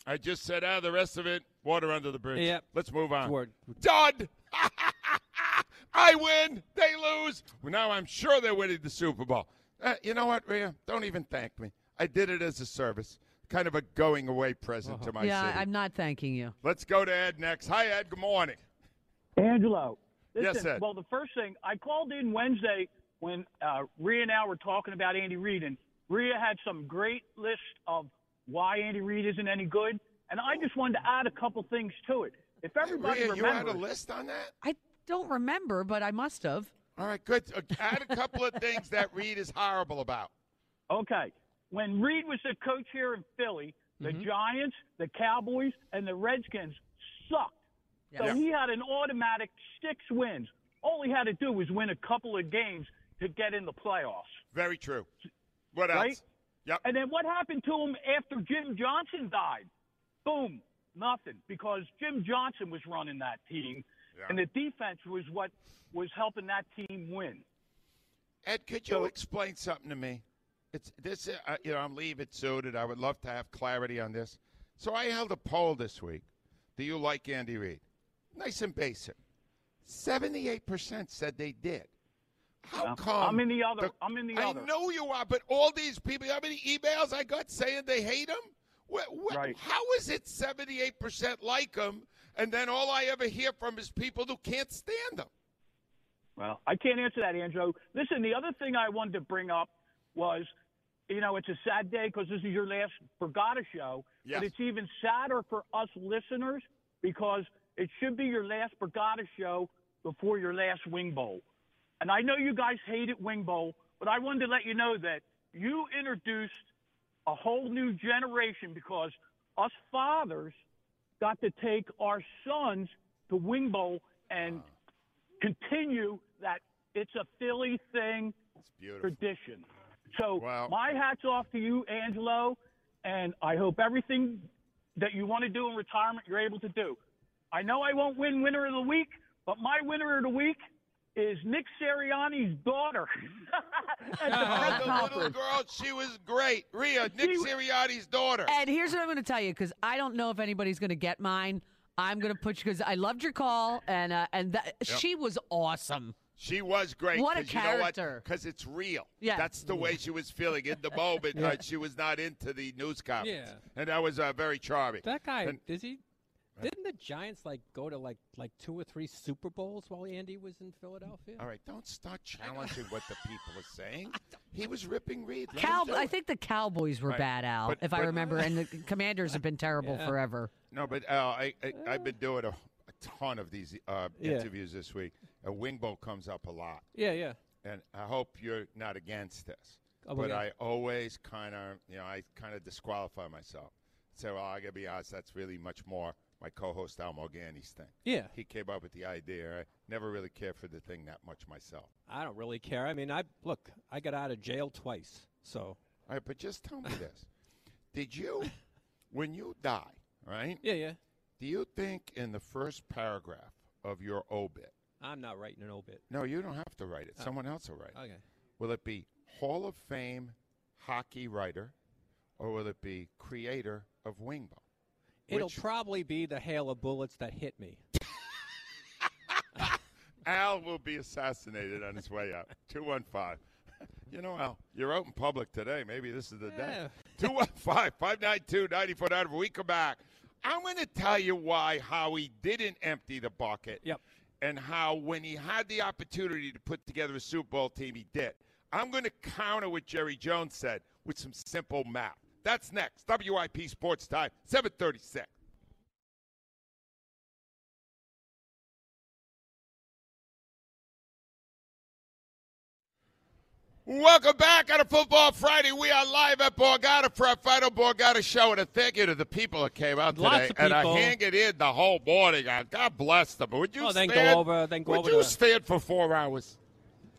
Speaker 2: I just said ah, the rest of it, water under the bridge.
Speaker 12: Yep.
Speaker 2: Let's move on. Done. I win. They lose. Well, now I'm sure they're winning the Super Bowl. Uh, you know what, Rhea? Don't even thank me. I did it as a service, kind of a going away present to my
Speaker 8: yeah,
Speaker 2: city.
Speaker 8: I'm not thanking you.
Speaker 2: Let's go to Ed next. Hi, Ed. Good morning.
Speaker 13: Angelo.
Speaker 2: Yes,
Speaker 13: Listen,
Speaker 2: Ed.
Speaker 13: Well, the first thing I called in Wednesday when uh, Rhea and I were talking about Andy Reid, and Rhea had some great list of why Andy Reid isn't any good, and I just wanted to add a couple things to it. If everybody
Speaker 2: Rhea, you
Speaker 13: remembers,
Speaker 2: had a list on that.
Speaker 8: I don't remember, but I must have.
Speaker 2: All right, good. Uh, Add a couple of things that Reed is horrible about.
Speaker 13: Okay. When Reed was the coach here in Philly, the
Speaker 2: Mm-hmm.
Speaker 13: Giants, the Cowboys, and the Redskins sucked. So
Speaker 12: Yeah.
Speaker 13: he had an automatic six wins. All he had to do was win a couple of games to get in the playoffs.
Speaker 2: Very true. What else?
Speaker 13: right?
Speaker 2: Yep.
Speaker 13: And then what happened to him after Jim Johnson died? Boom, nothing, because Jim Johnson was running that team,
Speaker 2: Yeah.
Speaker 13: and the defense was what was helping that team win.
Speaker 2: Ed, could you explain something to me? It's this. Uh, you know, I'm leaving suited. I would love to have clarity on this. So I held a poll this week. Do you like Andy Reid? Nice and basic. Seventy-eight percent said they did. How
Speaker 13: Yeah.
Speaker 2: come?
Speaker 13: I'm in the other- I'm in the
Speaker 2: I
Speaker 13: other.
Speaker 2: know you are, but all these people. How many emails I got saying they hate him? What, what, How is it seventy-eight percent like him, and then all I ever hear from is people who can't stand him?
Speaker 13: Well, I can't answer that, Andrew. Listen, the other thing I wanted to bring up was, you know, it's a sad day because this is your last Brigada show,
Speaker 2: Yes.
Speaker 13: but it's even sadder for us listeners because it should be your last Brigada show before your last Wing Bowl. And I know you guys hated Wing Bowl, but I wanted to let you know that you introduced a whole new generation because us fathers got to take our sons to Wing Bowl and continue that it's a Philly thing tradition. So my hat's off to you, Angelo, and I hope everything that you want to do in retirement you're able to do. I know I won't win winner of the week, but my winner of the week is Nick Sirianni's daughter. At the press
Speaker 2: the little
Speaker 13: conference.
Speaker 2: girl, she was great. Rhea, Nick Sirianni's daughter.
Speaker 8: Ed, here's what I'm going to tell you because I don't know if anybody's going to get mine. I'm going to put you because I loved your call and uh, and that,
Speaker 2: Yep.
Speaker 8: she was awesome.
Speaker 2: She was great.
Speaker 8: What a
Speaker 2: 'cause you know what?
Speaker 8: character.
Speaker 2: 'Cause it's real.
Speaker 8: Yeah.
Speaker 2: That's the way she was feeling in the moment. uh, she was not into the news conference.
Speaker 3: Yeah.
Speaker 2: And that was uh, very charming.
Speaker 3: That guy
Speaker 2: And-
Speaker 3: is he? Didn't the Giants like go to like like two or three Super Bowls while Andy was in Philadelphia?
Speaker 2: all right, don't start challenging what the people are saying. He was ripping Reed. Let him
Speaker 8: Cow-
Speaker 2: do
Speaker 8: I
Speaker 2: it.
Speaker 8: think the Cowboys were
Speaker 2: Right.
Speaker 8: bad, Al,
Speaker 2: But-
Speaker 8: if I
Speaker 2: but-
Speaker 8: remember, and the Commanders have been terrible
Speaker 2: Yeah.
Speaker 8: forever.
Speaker 2: No, but uh, I, I, I've been doing a, a ton of these uh,
Speaker 3: Yeah.
Speaker 2: interviews this week. A Wingbo comes up a lot.
Speaker 3: Yeah, yeah.
Speaker 2: and I hope you're not against this.
Speaker 3: Oh,
Speaker 2: but
Speaker 3: okay.
Speaker 2: I always kind of, you know, I kind of disqualify myself. Say, well, I gotta be honest, that's really much more my co-host Al Morgani's thing.
Speaker 3: Yeah.
Speaker 2: he came up with the idea. I never really cared for the thing that much myself.
Speaker 3: I don't really care. I mean, I look. I got out of jail twice, so.
Speaker 2: All right, but just tell me this: Did you, when you die, right?
Speaker 3: Yeah, yeah.
Speaker 2: Do you think in the first paragraph of your obit?
Speaker 3: I'm not writing an obit.
Speaker 2: No, you don't have to write it.
Speaker 3: Oh.
Speaker 2: Someone else will write it.
Speaker 3: Okay.
Speaker 2: Will it be Hall of Fame hockey writer, or will it be creator of Wingbo?
Speaker 3: It'll
Speaker 2: Which-
Speaker 3: probably be the hail of bullets that hit me.
Speaker 2: Al will be assassinated on his way out. 215. You know, Al, you're out in public today. Maybe this is the day. 215 592 94 When we come back, I'm going to tell you why Howie didn't empty the bucket. Yep. and how when he had the opportunity to put together a Super Bowl team, he did. I'm going to counter what Jerry Jones said with some simple math. That's next. WIP Sports Time, 736. Welcome back on a Football Friday. We are live at Borgata for our final Borgata show, and a thank you to the people that came out today.
Speaker 3: Lots of
Speaker 2: And I
Speaker 3: people.
Speaker 2: hang it in the whole morning. I- God bless them. Would you
Speaker 3: Oh, then
Speaker 2: stand?
Speaker 3: go over- then go
Speaker 2: would
Speaker 3: over
Speaker 2: you
Speaker 3: to-
Speaker 2: stand for four hours?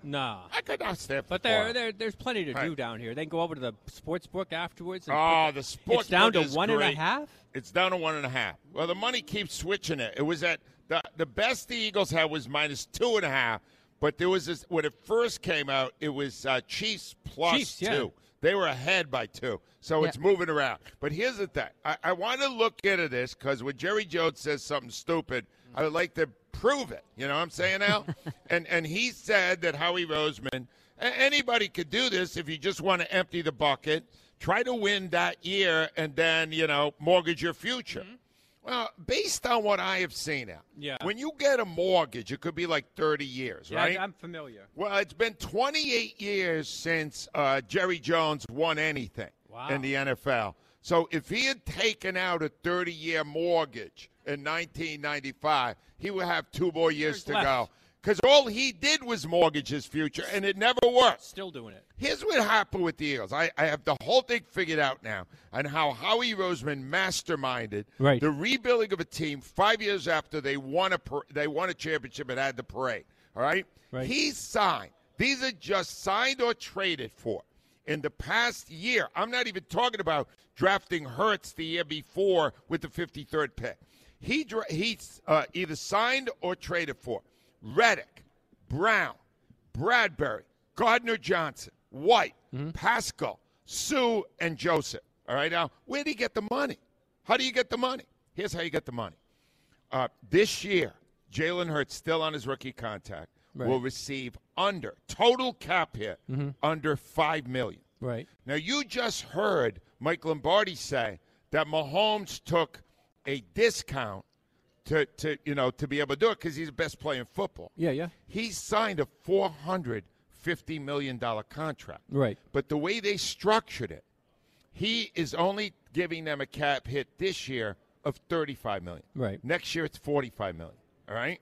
Speaker 3: Nah.
Speaker 2: I could not stand for
Speaker 3: But
Speaker 2: four
Speaker 3: there,
Speaker 2: hours.
Speaker 3: there, there's plenty to do down here. Then go over to the sports book afterwards. And
Speaker 2: Oh,
Speaker 3: pick-
Speaker 2: the sports
Speaker 3: It's down
Speaker 2: book
Speaker 3: to
Speaker 2: is
Speaker 3: one and a half.
Speaker 2: great. It's down to one and a half. Well, the money keeps switching it. It was at the the best the Eagles had was minus two and a half, but there was this when it first came out, it was uh, Chiefs plus
Speaker 3: Chiefs, yeah.
Speaker 2: two. They were ahead by two, so
Speaker 3: Yeah.
Speaker 2: it's moving around. But here's the thing: I, I want to look into this because when Jerry Jones says something stupid, I would like to prove it. You know what I'm saying, Al? and and he said that Howie Roseman, a- anybody could do this if you just want to empty the bucket, try to win that year, and then you know mortgage your future. Well, based on what I have seen, Al,
Speaker 3: Mm-hmm. Yeah.
Speaker 2: when you get a mortgage, it could be like 30 years,
Speaker 3: Yeah, I-
Speaker 2: right?
Speaker 3: I'm familiar.
Speaker 2: Well, it's been 28 years since uh, Jerry Jones won anything
Speaker 3: Wow.
Speaker 2: in the NFL. So if he had taken out a 30 year mortgage in 1995, he would have two more years to go. Because all he did was mortgage his future, and it never worked.
Speaker 3: Still doing it.
Speaker 2: Here's what happened with the Eagles. I, I have the whole thing figured out now and how Howie Roseman masterminded
Speaker 3: Right.
Speaker 2: the rebuilding of a team five years after they won a par- they won a championship and had the parade. All right?
Speaker 3: Right.
Speaker 2: He signed. These are just signed or traded for in the past year. I'm not even talking about drafting Hurts the year before with the 53rd pick. He dra- he uh, either signed or traded for Reddick, Brown, Bradbury, Gardner Johnson, White, Pascal, Sue, and Joseph. All right, now, where do you get the money? How do you get the money? Here's how you get the money. Uh, this year, Jalen Hurts, still on his rookie contract,
Speaker 3: Right.
Speaker 2: will receive under total cap hit
Speaker 3: Mhm.
Speaker 2: under five million.
Speaker 3: Right.
Speaker 2: Now you just heard Mike Lombardi say that Mahomes took a discount to, to you know to be able to do it because he's the best player in football.
Speaker 3: Yeah, yeah.
Speaker 2: He signed a four hundred fifty million dollar contract.
Speaker 3: Right.
Speaker 2: But the way they structured it, he is only giving them a cap hit this year of 35 million.
Speaker 3: Right.
Speaker 2: Next year it's 45 million. All right?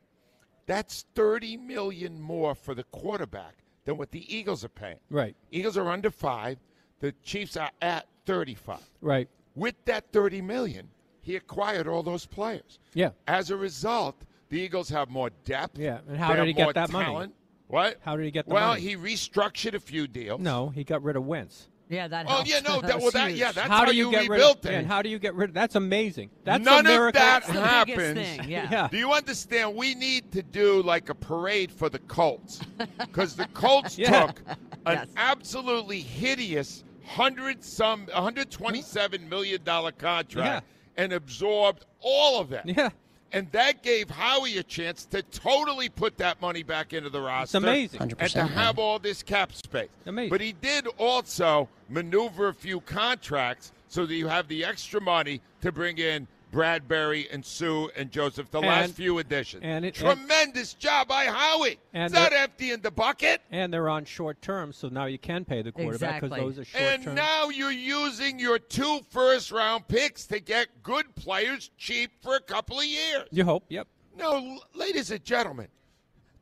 Speaker 2: That's 30 million more for the quarterback than what the Eagles are paying.
Speaker 3: Right.
Speaker 2: Eagles are under 5, the Chiefs are at 35.
Speaker 3: Right.
Speaker 2: With that 30 million, he acquired all those players.
Speaker 3: Yeah.
Speaker 2: As a result, the Eagles have more depth.
Speaker 3: Yeah, and how
Speaker 2: they
Speaker 3: did
Speaker 2: have
Speaker 3: he get
Speaker 2: more
Speaker 3: that money?
Speaker 2: talent. What?
Speaker 3: How did he get the
Speaker 2: well,
Speaker 3: money?
Speaker 2: he restructured a few deals.
Speaker 3: No, he got rid of Wentz.
Speaker 8: Yeah, that.
Speaker 2: Oh, yeah, no, that- well, that- yeah, that's
Speaker 3: how,
Speaker 2: how
Speaker 3: do you,
Speaker 2: you
Speaker 3: get
Speaker 2: rebuilt
Speaker 3: rid of,
Speaker 2: it.
Speaker 3: And how do you get rid of? That's amazing. That's
Speaker 2: None
Speaker 3: a miracle.
Speaker 2: of that happens.
Speaker 3: yeah.
Speaker 2: Do you understand? We need to do like a parade for the Colts because the Colts
Speaker 3: Yeah.
Speaker 2: took an absolutely hideous hundred some, hundred twenty-seven million dollar contract and absorbed all of that.
Speaker 3: Yeah.
Speaker 2: And that gave Howie a chance to totally put that money back into the roster.
Speaker 3: amazing.
Speaker 2: And
Speaker 3: 100%,
Speaker 2: to
Speaker 3: man.
Speaker 2: have all this cap space.
Speaker 3: Amazing.
Speaker 2: But he did also maneuver a few contracts so that you have the extra money to bring in Bradbury and Sue and Joseph, the last
Speaker 3: And-
Speaker 2: few additions.
Speaker 3: and it-
Speaker 2: Tremendous job by Howie.
Speaker 3: And
Speaker 2: it's not
Speaker 3: the-
Speaker 2: empty in the bucket.
Speaker 3: And they're on short term, so now you can pay the quarterback because those are short
Speaker 2: And
Speaker 3: term.
Speaker 2: now you're using your two first round picks to get good players cheap for a couple of years.
Speaker 3: you hope. Yep.
Speaker 2: No, l- ladies and gentlemen,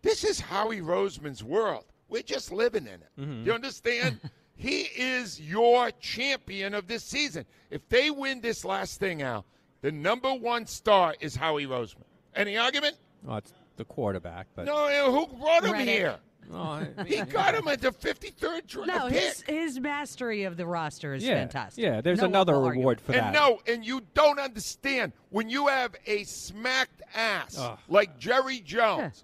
Speaker 2: this is Howie Roseman's world. We're just living in it. You understand? he is your champion of this season. If they win this last thing out, the number one star is Howie Roseman. Any argument?
Speaker 3: Oh, it's the quarterback, but
Speaker 2: No, uh, who brought him
Speaker 8: Reddick.
Speaker 2: here?
Speaker 3: Oh, I
Speaker 2: He
Speaker 3: mean,
Speaker 2: got him at the 53rd dra-
Speaker 8: No,
Speaker 2: pick.
Speaker 8: his, his mastery of the roster is
Speaker 3: yeah,
Speaker 8: fantastic.
Speaker 3: Yeah, there's
Speaker 8: No one
Speaker 3: another
Speaker 8: will argue
Speaker 3: reward for that.
Speaker 2: and no, and you don't understand when you have a smacked ass
Speaker 3: Ugh.
Speaker 2: like Jerry Jones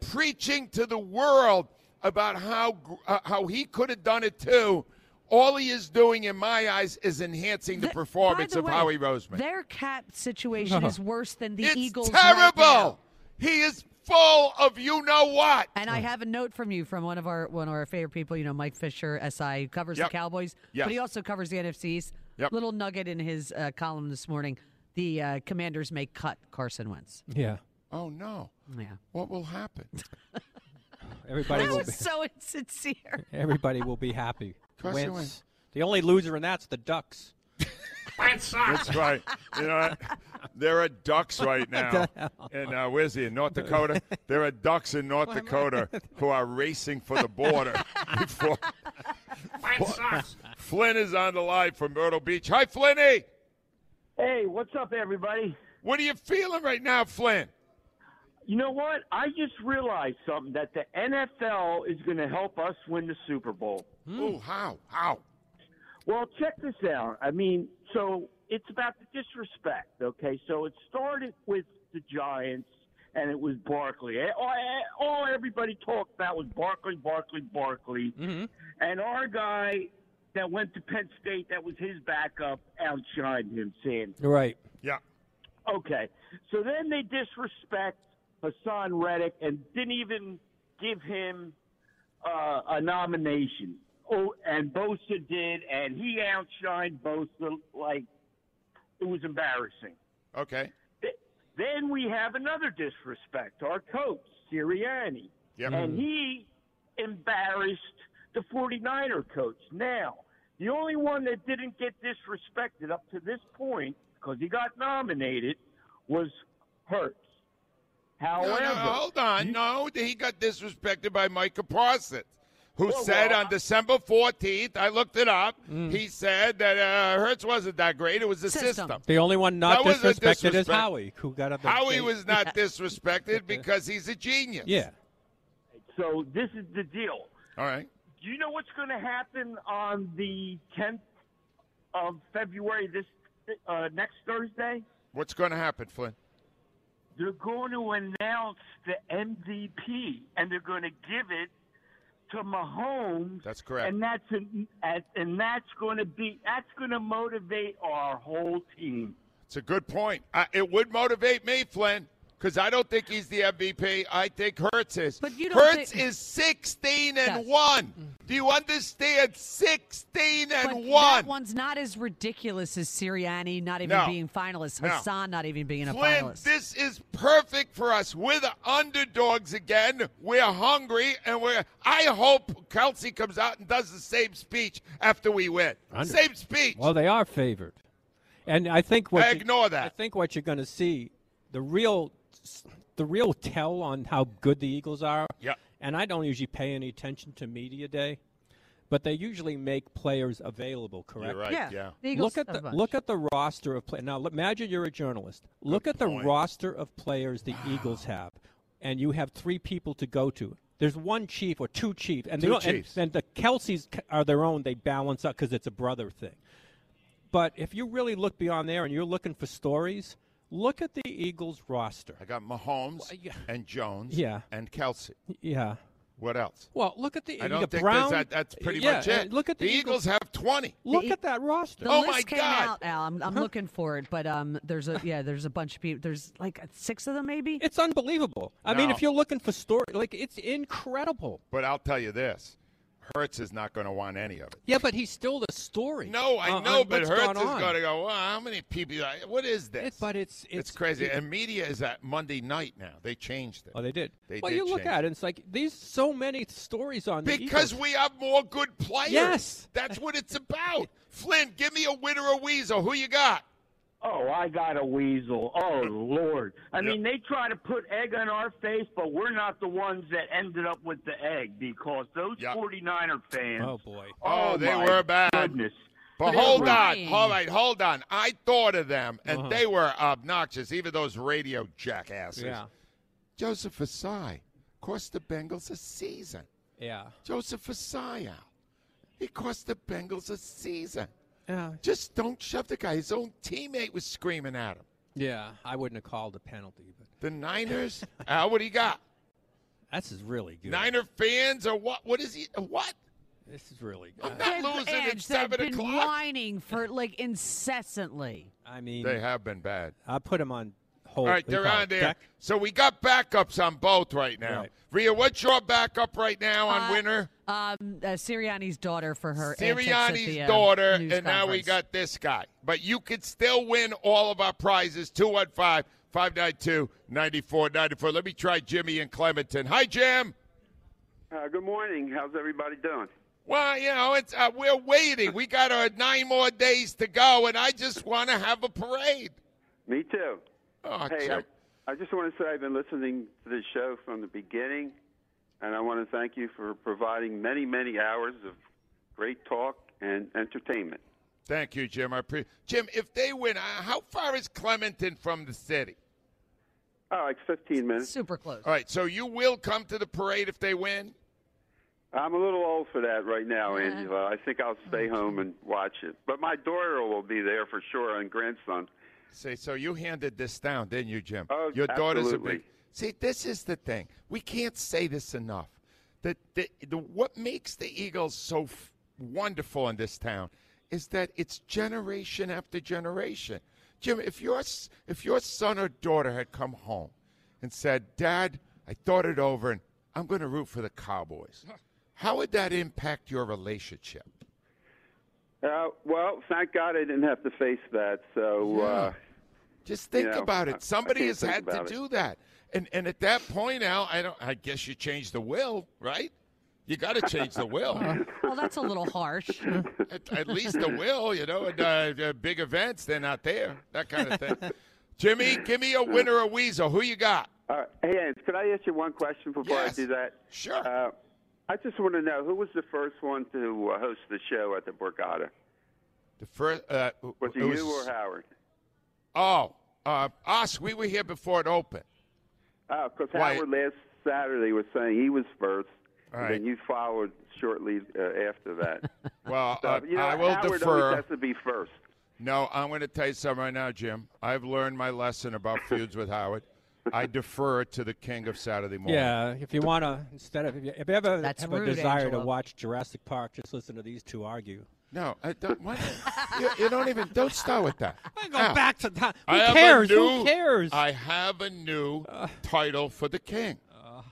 Speaker 2: preaching to the world about how gr- uh, how he could have done it too. All he is doing, in my eyes, is enhancing the, performance
Speaker 8: By
Speaker 2: of
Speaker 8: the way,
Speaker 2: Howie Roseman.
Speaker 8: Their cap situation is worse than the
Speaker 2: it's
Speaker 8: Eagles. right
Speaker 2: terrible.
Speaker 8: now.
Speaker 2: he is full of you know what.
Speaker 8: And I have a note from you from one of our one of our favorite people, you know, Mike Fisher, SI, who covers
Speaker 2: Yep.
Speaker 8: the Cowboys,
Speaker 2: Yes.
Speaker 8: but he also covers the NFCs.
Speaker 2: Yep.
Speaker 8: Little nugget in his uh, column this morning: the uh, Commanders may cut Carson Wentz.
Speaker 3: Yeah.
Speaker 2: Oh no.
Speaker 8: Yeah.
Speaker 2: What will happen?
Speaker 3: Everybody
Speaker 8: that
Speaker 3: will
Speaker 8: was
Speaker 3: be,
Speaker 8: so insincere.
Speaker 3: everybody will be happy.
Speaker 8: course you
Speaker 3: Wentz.
Speaker 8: win.
Speaker 3: The only loser in that's the Ducks.
Speaker 2: That's right. You know, what? there are ducks right now. And uh, where's he? In North Dakota? There are ducks in North Dakota who are racing for the border. before- Flynn is on the line from Myrtle Beach. Hi, Flinny.
Speaker 14: Hey, what's up, everybody?
Speaker 2: What are you feeling right now, Flynn?
Speaker 14: You know what? I just realized something that the NFL is going to help us win the Super Bowl.
Speaker 2: Oh, how? How?
Speaker 14: Well, check this out. I mean, so it's about the disrespect, okay? So it started with the Giants, and it was Barkley. Eh, All, eh, all everybody talked about was Barkley, Barkley, Barkley.
Speaker 2: Mm-hmm.
Speaker 14: And our guy that went to Penn State, that was his backup, outshined him, saying,
Speaker 3: Right.
Speaker 2: Yeah.
Speaker 14: Okay. So then they disrespect Hassan Reddick and didn't even give him uh, a nomination. Oh, and Bosa did, and he outshined Bosa like it was embarrassing.
Speaker 2: Okay.
Speaker 14: Then we have another disrespect, our coach, Sirianni.
Speaker 2: Yep.
Speaker 14: And he embarrassed the 49er coach. Now, the only one that didn't get disrespected up to this point, because he got nominated, was Hurts.
Speaker 2: No,
Speaker 14: However,
Speaker 2: no, hold on. No, he got disrespected by Micah Parsons, who said on December 14th, I looked it up, he said that uh, Hertz wasn't that great. It was the system.
Speaker 3: The only one not
Speaker 2: That wasn't
Speaker 3: disrespected is
Speaker 2: disrespect.
Speaker 3: Howie, who got up.
Speaker 2: Howie was not disrespected because he's a genius.
Speaker 3: Yeah.
Speaker 14: so this is the deal.
Speaker 2: All right.
Speaker 14: Do you know what's going to happen on the 10th of February this uh, next Thursday?
Speaker 2: What's going to happen, Flynn?
Speaker 14: They're going to announce the MVP and they're going to give it to Mahomes.
Speaker 2: That's correct.
Speaker 14: And that's an, and- and that's going to be that's going to motivate our whole team.
Speaker 2: It's a good point. I, it would motivate me, Flynn, because I don't think he's the MVP. I think Hertz is. But
Speaker 8: you don't
Speaker 2: Hertz
Speaker 8: think-
Speaker 2: is 16 and
Speaker 8: Yes.
Speaker 2: 1. Do you understand? 16 and
Speaker 8: But
Speaker 2: 1.
Speaker 8: that one's not as ridiculous as Sirianni not even
Speaker 2: No.
Speaker 8: being finalist,
Speaker 2: No.
Speaker 8: Hassan not even being a
Speaker 2: Flynn,
Speaker 8: finalist.
Speaker 2: this is perfect for us. We're the underdogs again. We're hungry, and we're. I hope Kelsey comes out and does the same speech after we win.
Speaker 3: Under-
Speaker 2: Same speech.
Speaker 3: Well, they are favored, and I think what
Speaker 2: I
Speaker 3: you-
Speaker 2: ignore that.
Speaker 3: I think what you're going to see the real, the real tell on how good the Eagles are.
Speaker 2: Yeah.
Speaker 3: And I don't usually pay any attention to media day, but they usually make players available. Correct.
Speaker 2: right, Yeah. yeah. The Eagles
Speaker 3: Look at
Speaker 2: have a
Speaker 3: the
Speaker 2: bunch.
Speaker 3: look at the roster of play. Now l- imagine you're a journalist. Look at the roster of players the Eagles have, and you have three people to go to. There's one chief or two chief, and, they
Speaker 2: Two
Speaker 3: don't- and-
Speaker 2: chiefs.
Speaker 3: and the Kelseys c- are their own. They balance up because it's a brother thing. But if you really look beyond there and you're looking for stories, look at the Eagles roster.
Speaker 2: I got Mahomes and Jones.
Speaker 3: Yeah.
Speaker 2: And Kelsey.
Speaker 3: Yeah.
Speaker 2: What else?
Speaker 3: Well, look at the
Speaker 2: I don't
Speaker 3: the
Speaker 2: think
Speaker 3: Brown.
Speaker 2: there's that, that's pretty
Speaker 3: yeah,
Speaker 2: much it.
Speaker 3: uh, Look at the,
Speaker 2: Eagles, have 20.
Speaker 3: Look at that roster.
Speaker 8: the list came out, Al. I'm, I'm looking for it, but um, there's a yeah, there's a bunch of people. There's like six of them, maybe.
Speaker 3: It's unbelievable. I mean,
Speaker 2: No.
Speaker 3: if you're looking for story, like it's incredible.
Speaker 2: But I'll tell you this Hertz is not going to want any of it.
Speaker 3: Yeah, but he's still the story.
Speaker 2: No, I
Speaker 3: on- on
Speaker 2: know, but
Speaker 3: Uh-uh, what's
Speaker 2: Hertz
Speaker 3: gone
Speaker 2: is
Speaker 3: on.
Speaker 2: going to go. Well, how many people? What is this?
Speaker 3: but it's
Speaker 2: it's,
Speaker 3: it's-
Speaker 2: crazy.
Speaker 3: it-
Speaker 2: and media is at Monday night now. They changed it.
Speaker 3: Oh, they did.
Speaker 2: They
Speaker 3: well,
Speaker 2: did
Speaker 3: you look
Speaker 2: change
Speaker 3: at it, and it's like these so many stories on the
Speaker 2: Because
Speaker 3: Eagles.
Speaker 2: we have more good players.
Speaker 3: Yes.
Speaker 2: that's what it's about. Flynn, give me a winner or weasel. Who you got?
Speaker 14: Oh, I got a weasel. Oh Lord! I mean, they try to put egg on our face, but we're not the ones that ended up with the egg because those 49er fans.
Speaker 3: Oh boy!
Speaker 2: Oh, they
Speaker 14: my
Speaker 2: were bad.
Speaker 14: Goodness.
Speaker 2: But
Speaker 14: They
Speaker 2: hold
Speaker 14: were-
Speaker 2: on, all right, hold on. I thought of them, and
Speaker 14: Uh-huh.
Speaker 2: they were obnoxious. Even those radio jackasses.
Speaker 3: Yeah.
Speaker 2: Joseph Asai cost the Bengals a season.
Speaker 3: Yeah.
Speaker 2: Joseph Asai out. He cost the Bengals a season.
Speaker 3: Yeah.
Speaker 2: Just don't shove the guy. His own teammate was screaming at him.
Speaker 3: Yeah, I wouldn't have called a penalty, but
Speaker 2: The Niners. Al, what do you got?
Speaker 3: this is really good.
Speaker 2: Niner fans or what? What is he? What?
Speaker 3: This is really good.
Speaker 2: I'm not losing at
Speaker 8: Edge, they've
Speaker 2: seven
Speaker 8: been
Speaker 2: o'clock.
Speaker 8: whining for like incessantly.
Speaker 3: I mean,
Speaker 2: They have been bad.
Speaker 3: I put him on hold.
Speaker 2: All right,
Speaker 3: what do you
Speaker 2: they're
Speaker 3: call
Speaker 2: on
Speaker 3: it,
Speaker 2: there.
Speaker 3: deck?
Speaker 2: So we got backups on both right now.
Speaker 3: Right.
Speaker 2: Rhea, what's your backup right now on winner?
Speaker 8: Um, uh, Sirianni's daughter for her antics at
Speaker 2: Sirianni's
Speaker 8: the, uh,
Speaker 2: daughter, and
Speaker 8: news
Speaker 2: now we
Speaker 8: conference.
Speaker 2: got this guy. But you could still win all of our prizes 215 592 9494. Let me try Jimmy in Clementon. Hi, Jim.
Speaker 12: Uh, good morning. How's everybody doing?
Speaker 2: Well, you know, it's uh, we're waiting. We got our nine more days to go, and I just want to have a parade.
Speaker 12: Me too.
Speaker 2: Oh,
Speaker 12: hey,
Speaker 2: Jim.
Speaker 12: I, I just want to say I've been listening to this show from the beginning, and I want to thank you for providing many, many hours of great talk and entertainment.
Speaker 2: Thank you, Jim. I pre- Jim, if they win, uh, how far is Clementon from the city?
Speaker 12: Oh, like 15 minutes.
Speaker 8: Super close.
Speaker 2: All right, so you will come to the parade if they win?
Speaker 12: I'm a little old for that right now, Angela. I think I'll stay home and watch it. But my daughter will be there for sure and grandson.
Speaker 2: Say, so you handed this down, didn't you, Jim?
Speaker 12: Oh,
Speaker 2: Your daughter's a
Speaker 12: absolutely.
Speaker 2: big. See, this is the thing. We can't say this enough. That the, the, what makes the Eagles so f- wonderful in this town is that it's generation after generation. Jim, if your s- if your son or daughter had come home and said, "Dad, I thought it over and I'm going to root for the Cowboys," how would that impact your relationship?
Speaker 12: Uh, well, thank God I didn't have to face that. So uh,
Speaker 2: Just think
Speaker 12: you know,
Speaker 2: about
Speaker 12: I- I
Speaker 2: it. Somebody
Speaker 12: can't
Speaker 2: has
Speaker 12: think
Speaker 2: had to
Speaker 12: about it.
Speaker 2: do that, and and at that point, Al, I don't. I guess you changed the will, right? You got to change the will.
Speaker 8: Well, Oh, that's a little harsh.
Speaker 2: at, at least the will, you know. And, uh, uh, big events, they're not there. That kind of thing. Jimmy, give me a winner, a weasel. Who you got?
Speaker 12: Uh, hey, Ange, could I ask you one question before I do that?
Speaker 2: Sure.
Speaker 12: Uh, I just want to know who was the first one to uh, host the show at the Borgata?
Speaker 2: The first uh,
Speaker 12: Was it,
Speaker 2: it was-
Speaker 12: you or Howard?
Speaker 2: Oh, uh, us. We were here before it opened.
Speaker 12: Oh, because
Speaker 2: Why-
Speaker 12: Howard last Saturday was saying he was first,
Speaker 2: All
Speaker 12: and then you followed shortly uh, after that.
Speaker 2: Well,
Speaker 12: So,
Speaker 2: uh,
Speaker 12: you know,
Speaker 2: I will
Speaker 12: Howard
Speaker 2: defer.
Speaker 12: always has to be first.
Speaker 2: No, I'm going to tell you something right now, Jim. I've learned my lesson about feuds with Howard. I defer to the king of Saturday morning.
Speaker 3: Yeah, if you want to, instead of if you, if you ever
Speaker 8: That's
Speaker 3: have
Speaker 8: rude,
Speaker 3: a desire
Speaker 8: Angelo.
Speaker 3: to watch Jurassic Park, just listen to these two argue.
Speaker 2: No, I don't. What? you, you don't even. Don't start with that.
Speaker 3: I go
Speaker 2: Al,
Speaker 3: back to that. Who
Speaker 2: I have a
Speaker 3: cares? Who
Speaker 2: new-
Speaker 3: cares? Uh.
Speaker 2: I have a new title for the king.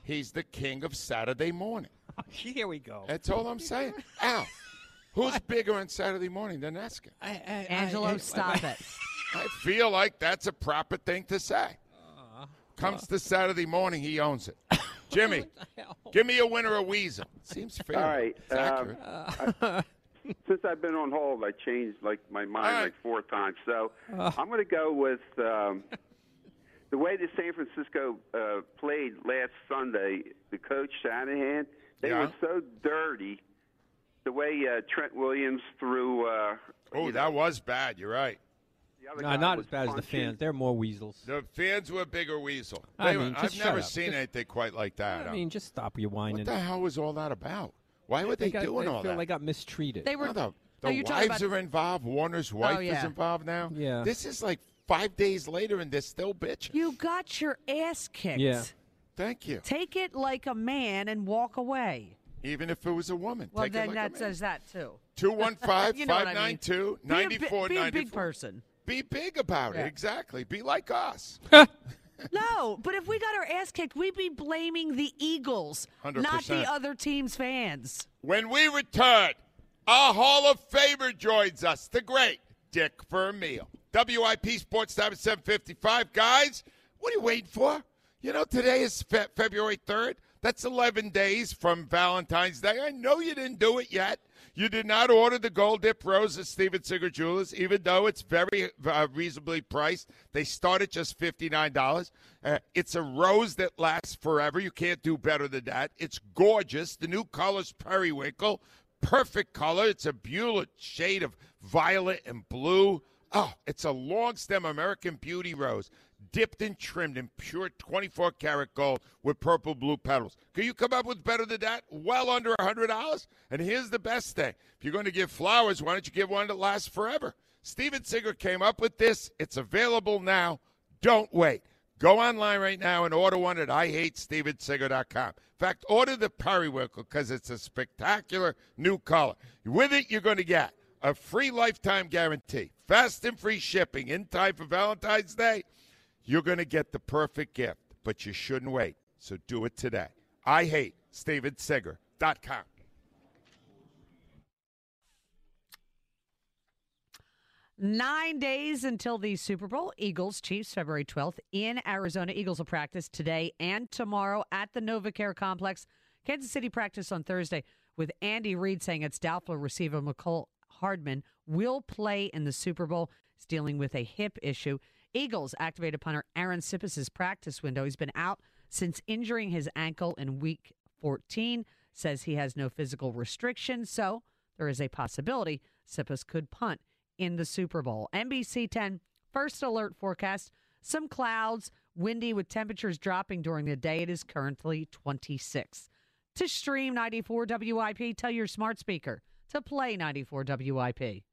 Speaker 2: He's the king of Saturday morning.
Speaker 3: Here we go.
Speaker 2: That's all I'm saying. Al, who's bigger on Saturday morning than Eskin?
Speaker 8: Angelo, stop it.
Speaker 2: I feel like that's a proper thing to say.
Speaker 3: Uh-huh. Uh.
Speaker 2: Comes to Saturday morning, he owns it. Jimmy, give me a winner a weasel. Seems fair.
Speaker 12: All right.
Speaker 2: It's accurate.
Speaker 3: Uh.
Speaker 12: um, I- since I've been on hold, I changed like my mind like four times. So
Speaker 2: Uh.
Speaker 12: I'm going to go with um, the way that San Francisco uh, played last Sunday. The coach Shanahan, they
Speaker 2: Yeah.
Speaker 12: were so dirty. The way uh, Trent Williams threw. Uh,
Speaker 2: oh, that was bad. You're right.
Speaker 12: the other
Speaker 3: No,
Speaker 12: guy
Speaker 3: not
Speaker 12: was
Speaker 3: as bad as the
Speaker 12: punching.
Speaker 3: fans. They're more weasels.
Speaker 2: The fans were bigger weasel.
Speaker 3: I
Speaker 2: They were-
Speaker 3: mean, just
Speaker 2: I've
Speaker 3: shut
Speaker 2: never
Speaker 3: up.
Speaker 2: seen
Speaker 3: Just-
Speaker 2: anything quite like that.
Speaker 3: I
Speaker 2: Al.
Speaker 3: mean, just stop your
Speaker 2: what
Speaker 3: whining.
Speaker 2: the hell was all that about? Why were they,
Speaker 3: got,
Speaker 2: doing
Speaker 3: they
Speaker 2: all
Speaker 3: feel
Speaker 2: that?
Speaker 3: They got mistreated.
Speaker 8: They were.
Speaker 2: No, the
Speaker 8: no,
Speaker 2: the
Speaker 8: you're talking
Speaker 2: wives
Speaker 8: about- Oh,
Speaker 2: are involved. Warner's wife is
Speaker 8: yeah.
Speaker 2: involved now.
Speaker 3: Yeah.
Speaker 2: This is like five days later, and they're still bitching.
Speaker 8: You got your ass kicked.
Speaker 3: Yeah.
Speaker 2: Thank you.
Speaker 8: Take it like a man and walk away.
Speaker 2: Even if it was a woman.
Speaker 8: Well,
Speaker 2: Take
Speaker 8: then
Speaker 2: it like
Speaker 8: that says that too. You know what I mean.
Speaker 2: 215-592-9494.
Speaker 8: Be a, bi- be a big person.
Speaker 2: Be big about
Speaker 8: Yeah.
Speaker 2: it. Exactly. Be like us.
Speaker 8: No, but if we got our ass kicked, we'd be blaming the Eagles, not
Speaker 2: 100%.
Speaker 8: the other team's fans.
Speaker 2: When we return, our Hall of Famer joins us, the great Dick Vermeil. WIP Sports Time at 755. Guys, what are you waiting for? You know, today is Fe- February 3rd. That's 11 days from Valentine's Day. I know you didn't do it yet. You did not order the gold dip rose at Steven Singer Jewelers, even though it's very uh, reasonably priced. They start at just $59. Uh, it's a rose that lasts forever. You can't do better than that. It's gorgeous. The new color's periwinkle, perfect color. It's a Beulah shade of violet and blue. Oh, it's a long stem American beauty rose, dipped and trimmed in pure 24 karat gold with purple blue petals. Can you come up with better than that? Well under $100. And here's the best thing if you're going to give flowers, why don't you give one that lasts forever? Steven Singer came up with this. It's available now. Don't wait. Go online right now and order one at IHateStevenSinger.com. In fact, order the periwinkle because it's a spectacular new color. With it, you're going to get a free lifetime guarantee, fast and free shipping in time for Valentine's Day. You're going to get the perfect gift, but you shouldn't wait. So do it today. IHateStevenSinger.com.
Speaker 8: Nine days until the Super Bowl. Eagles, Chiefs, February 12th in Arizona. Eagles will practice today and tomorrow at the NovaCare Complex. Kansas City practice on Thursday with Andy Reid saying it's doubtful receiver McCole Hardman will play in the Super Bowl. He's dealing with a hip issue. Eagles activated punter Aaron Sippis' practice window. He's been out since injuring his ankle in week 14. Says he has no physical restrictions, so there is a possibility Sippis could punt in the Super Bowl. NBC 10 first alert forecast some clouds, windy with temperatures dropping during the day. It is currently 26. To stream 94 WIP, tell your smart speaker to play 94 WIP.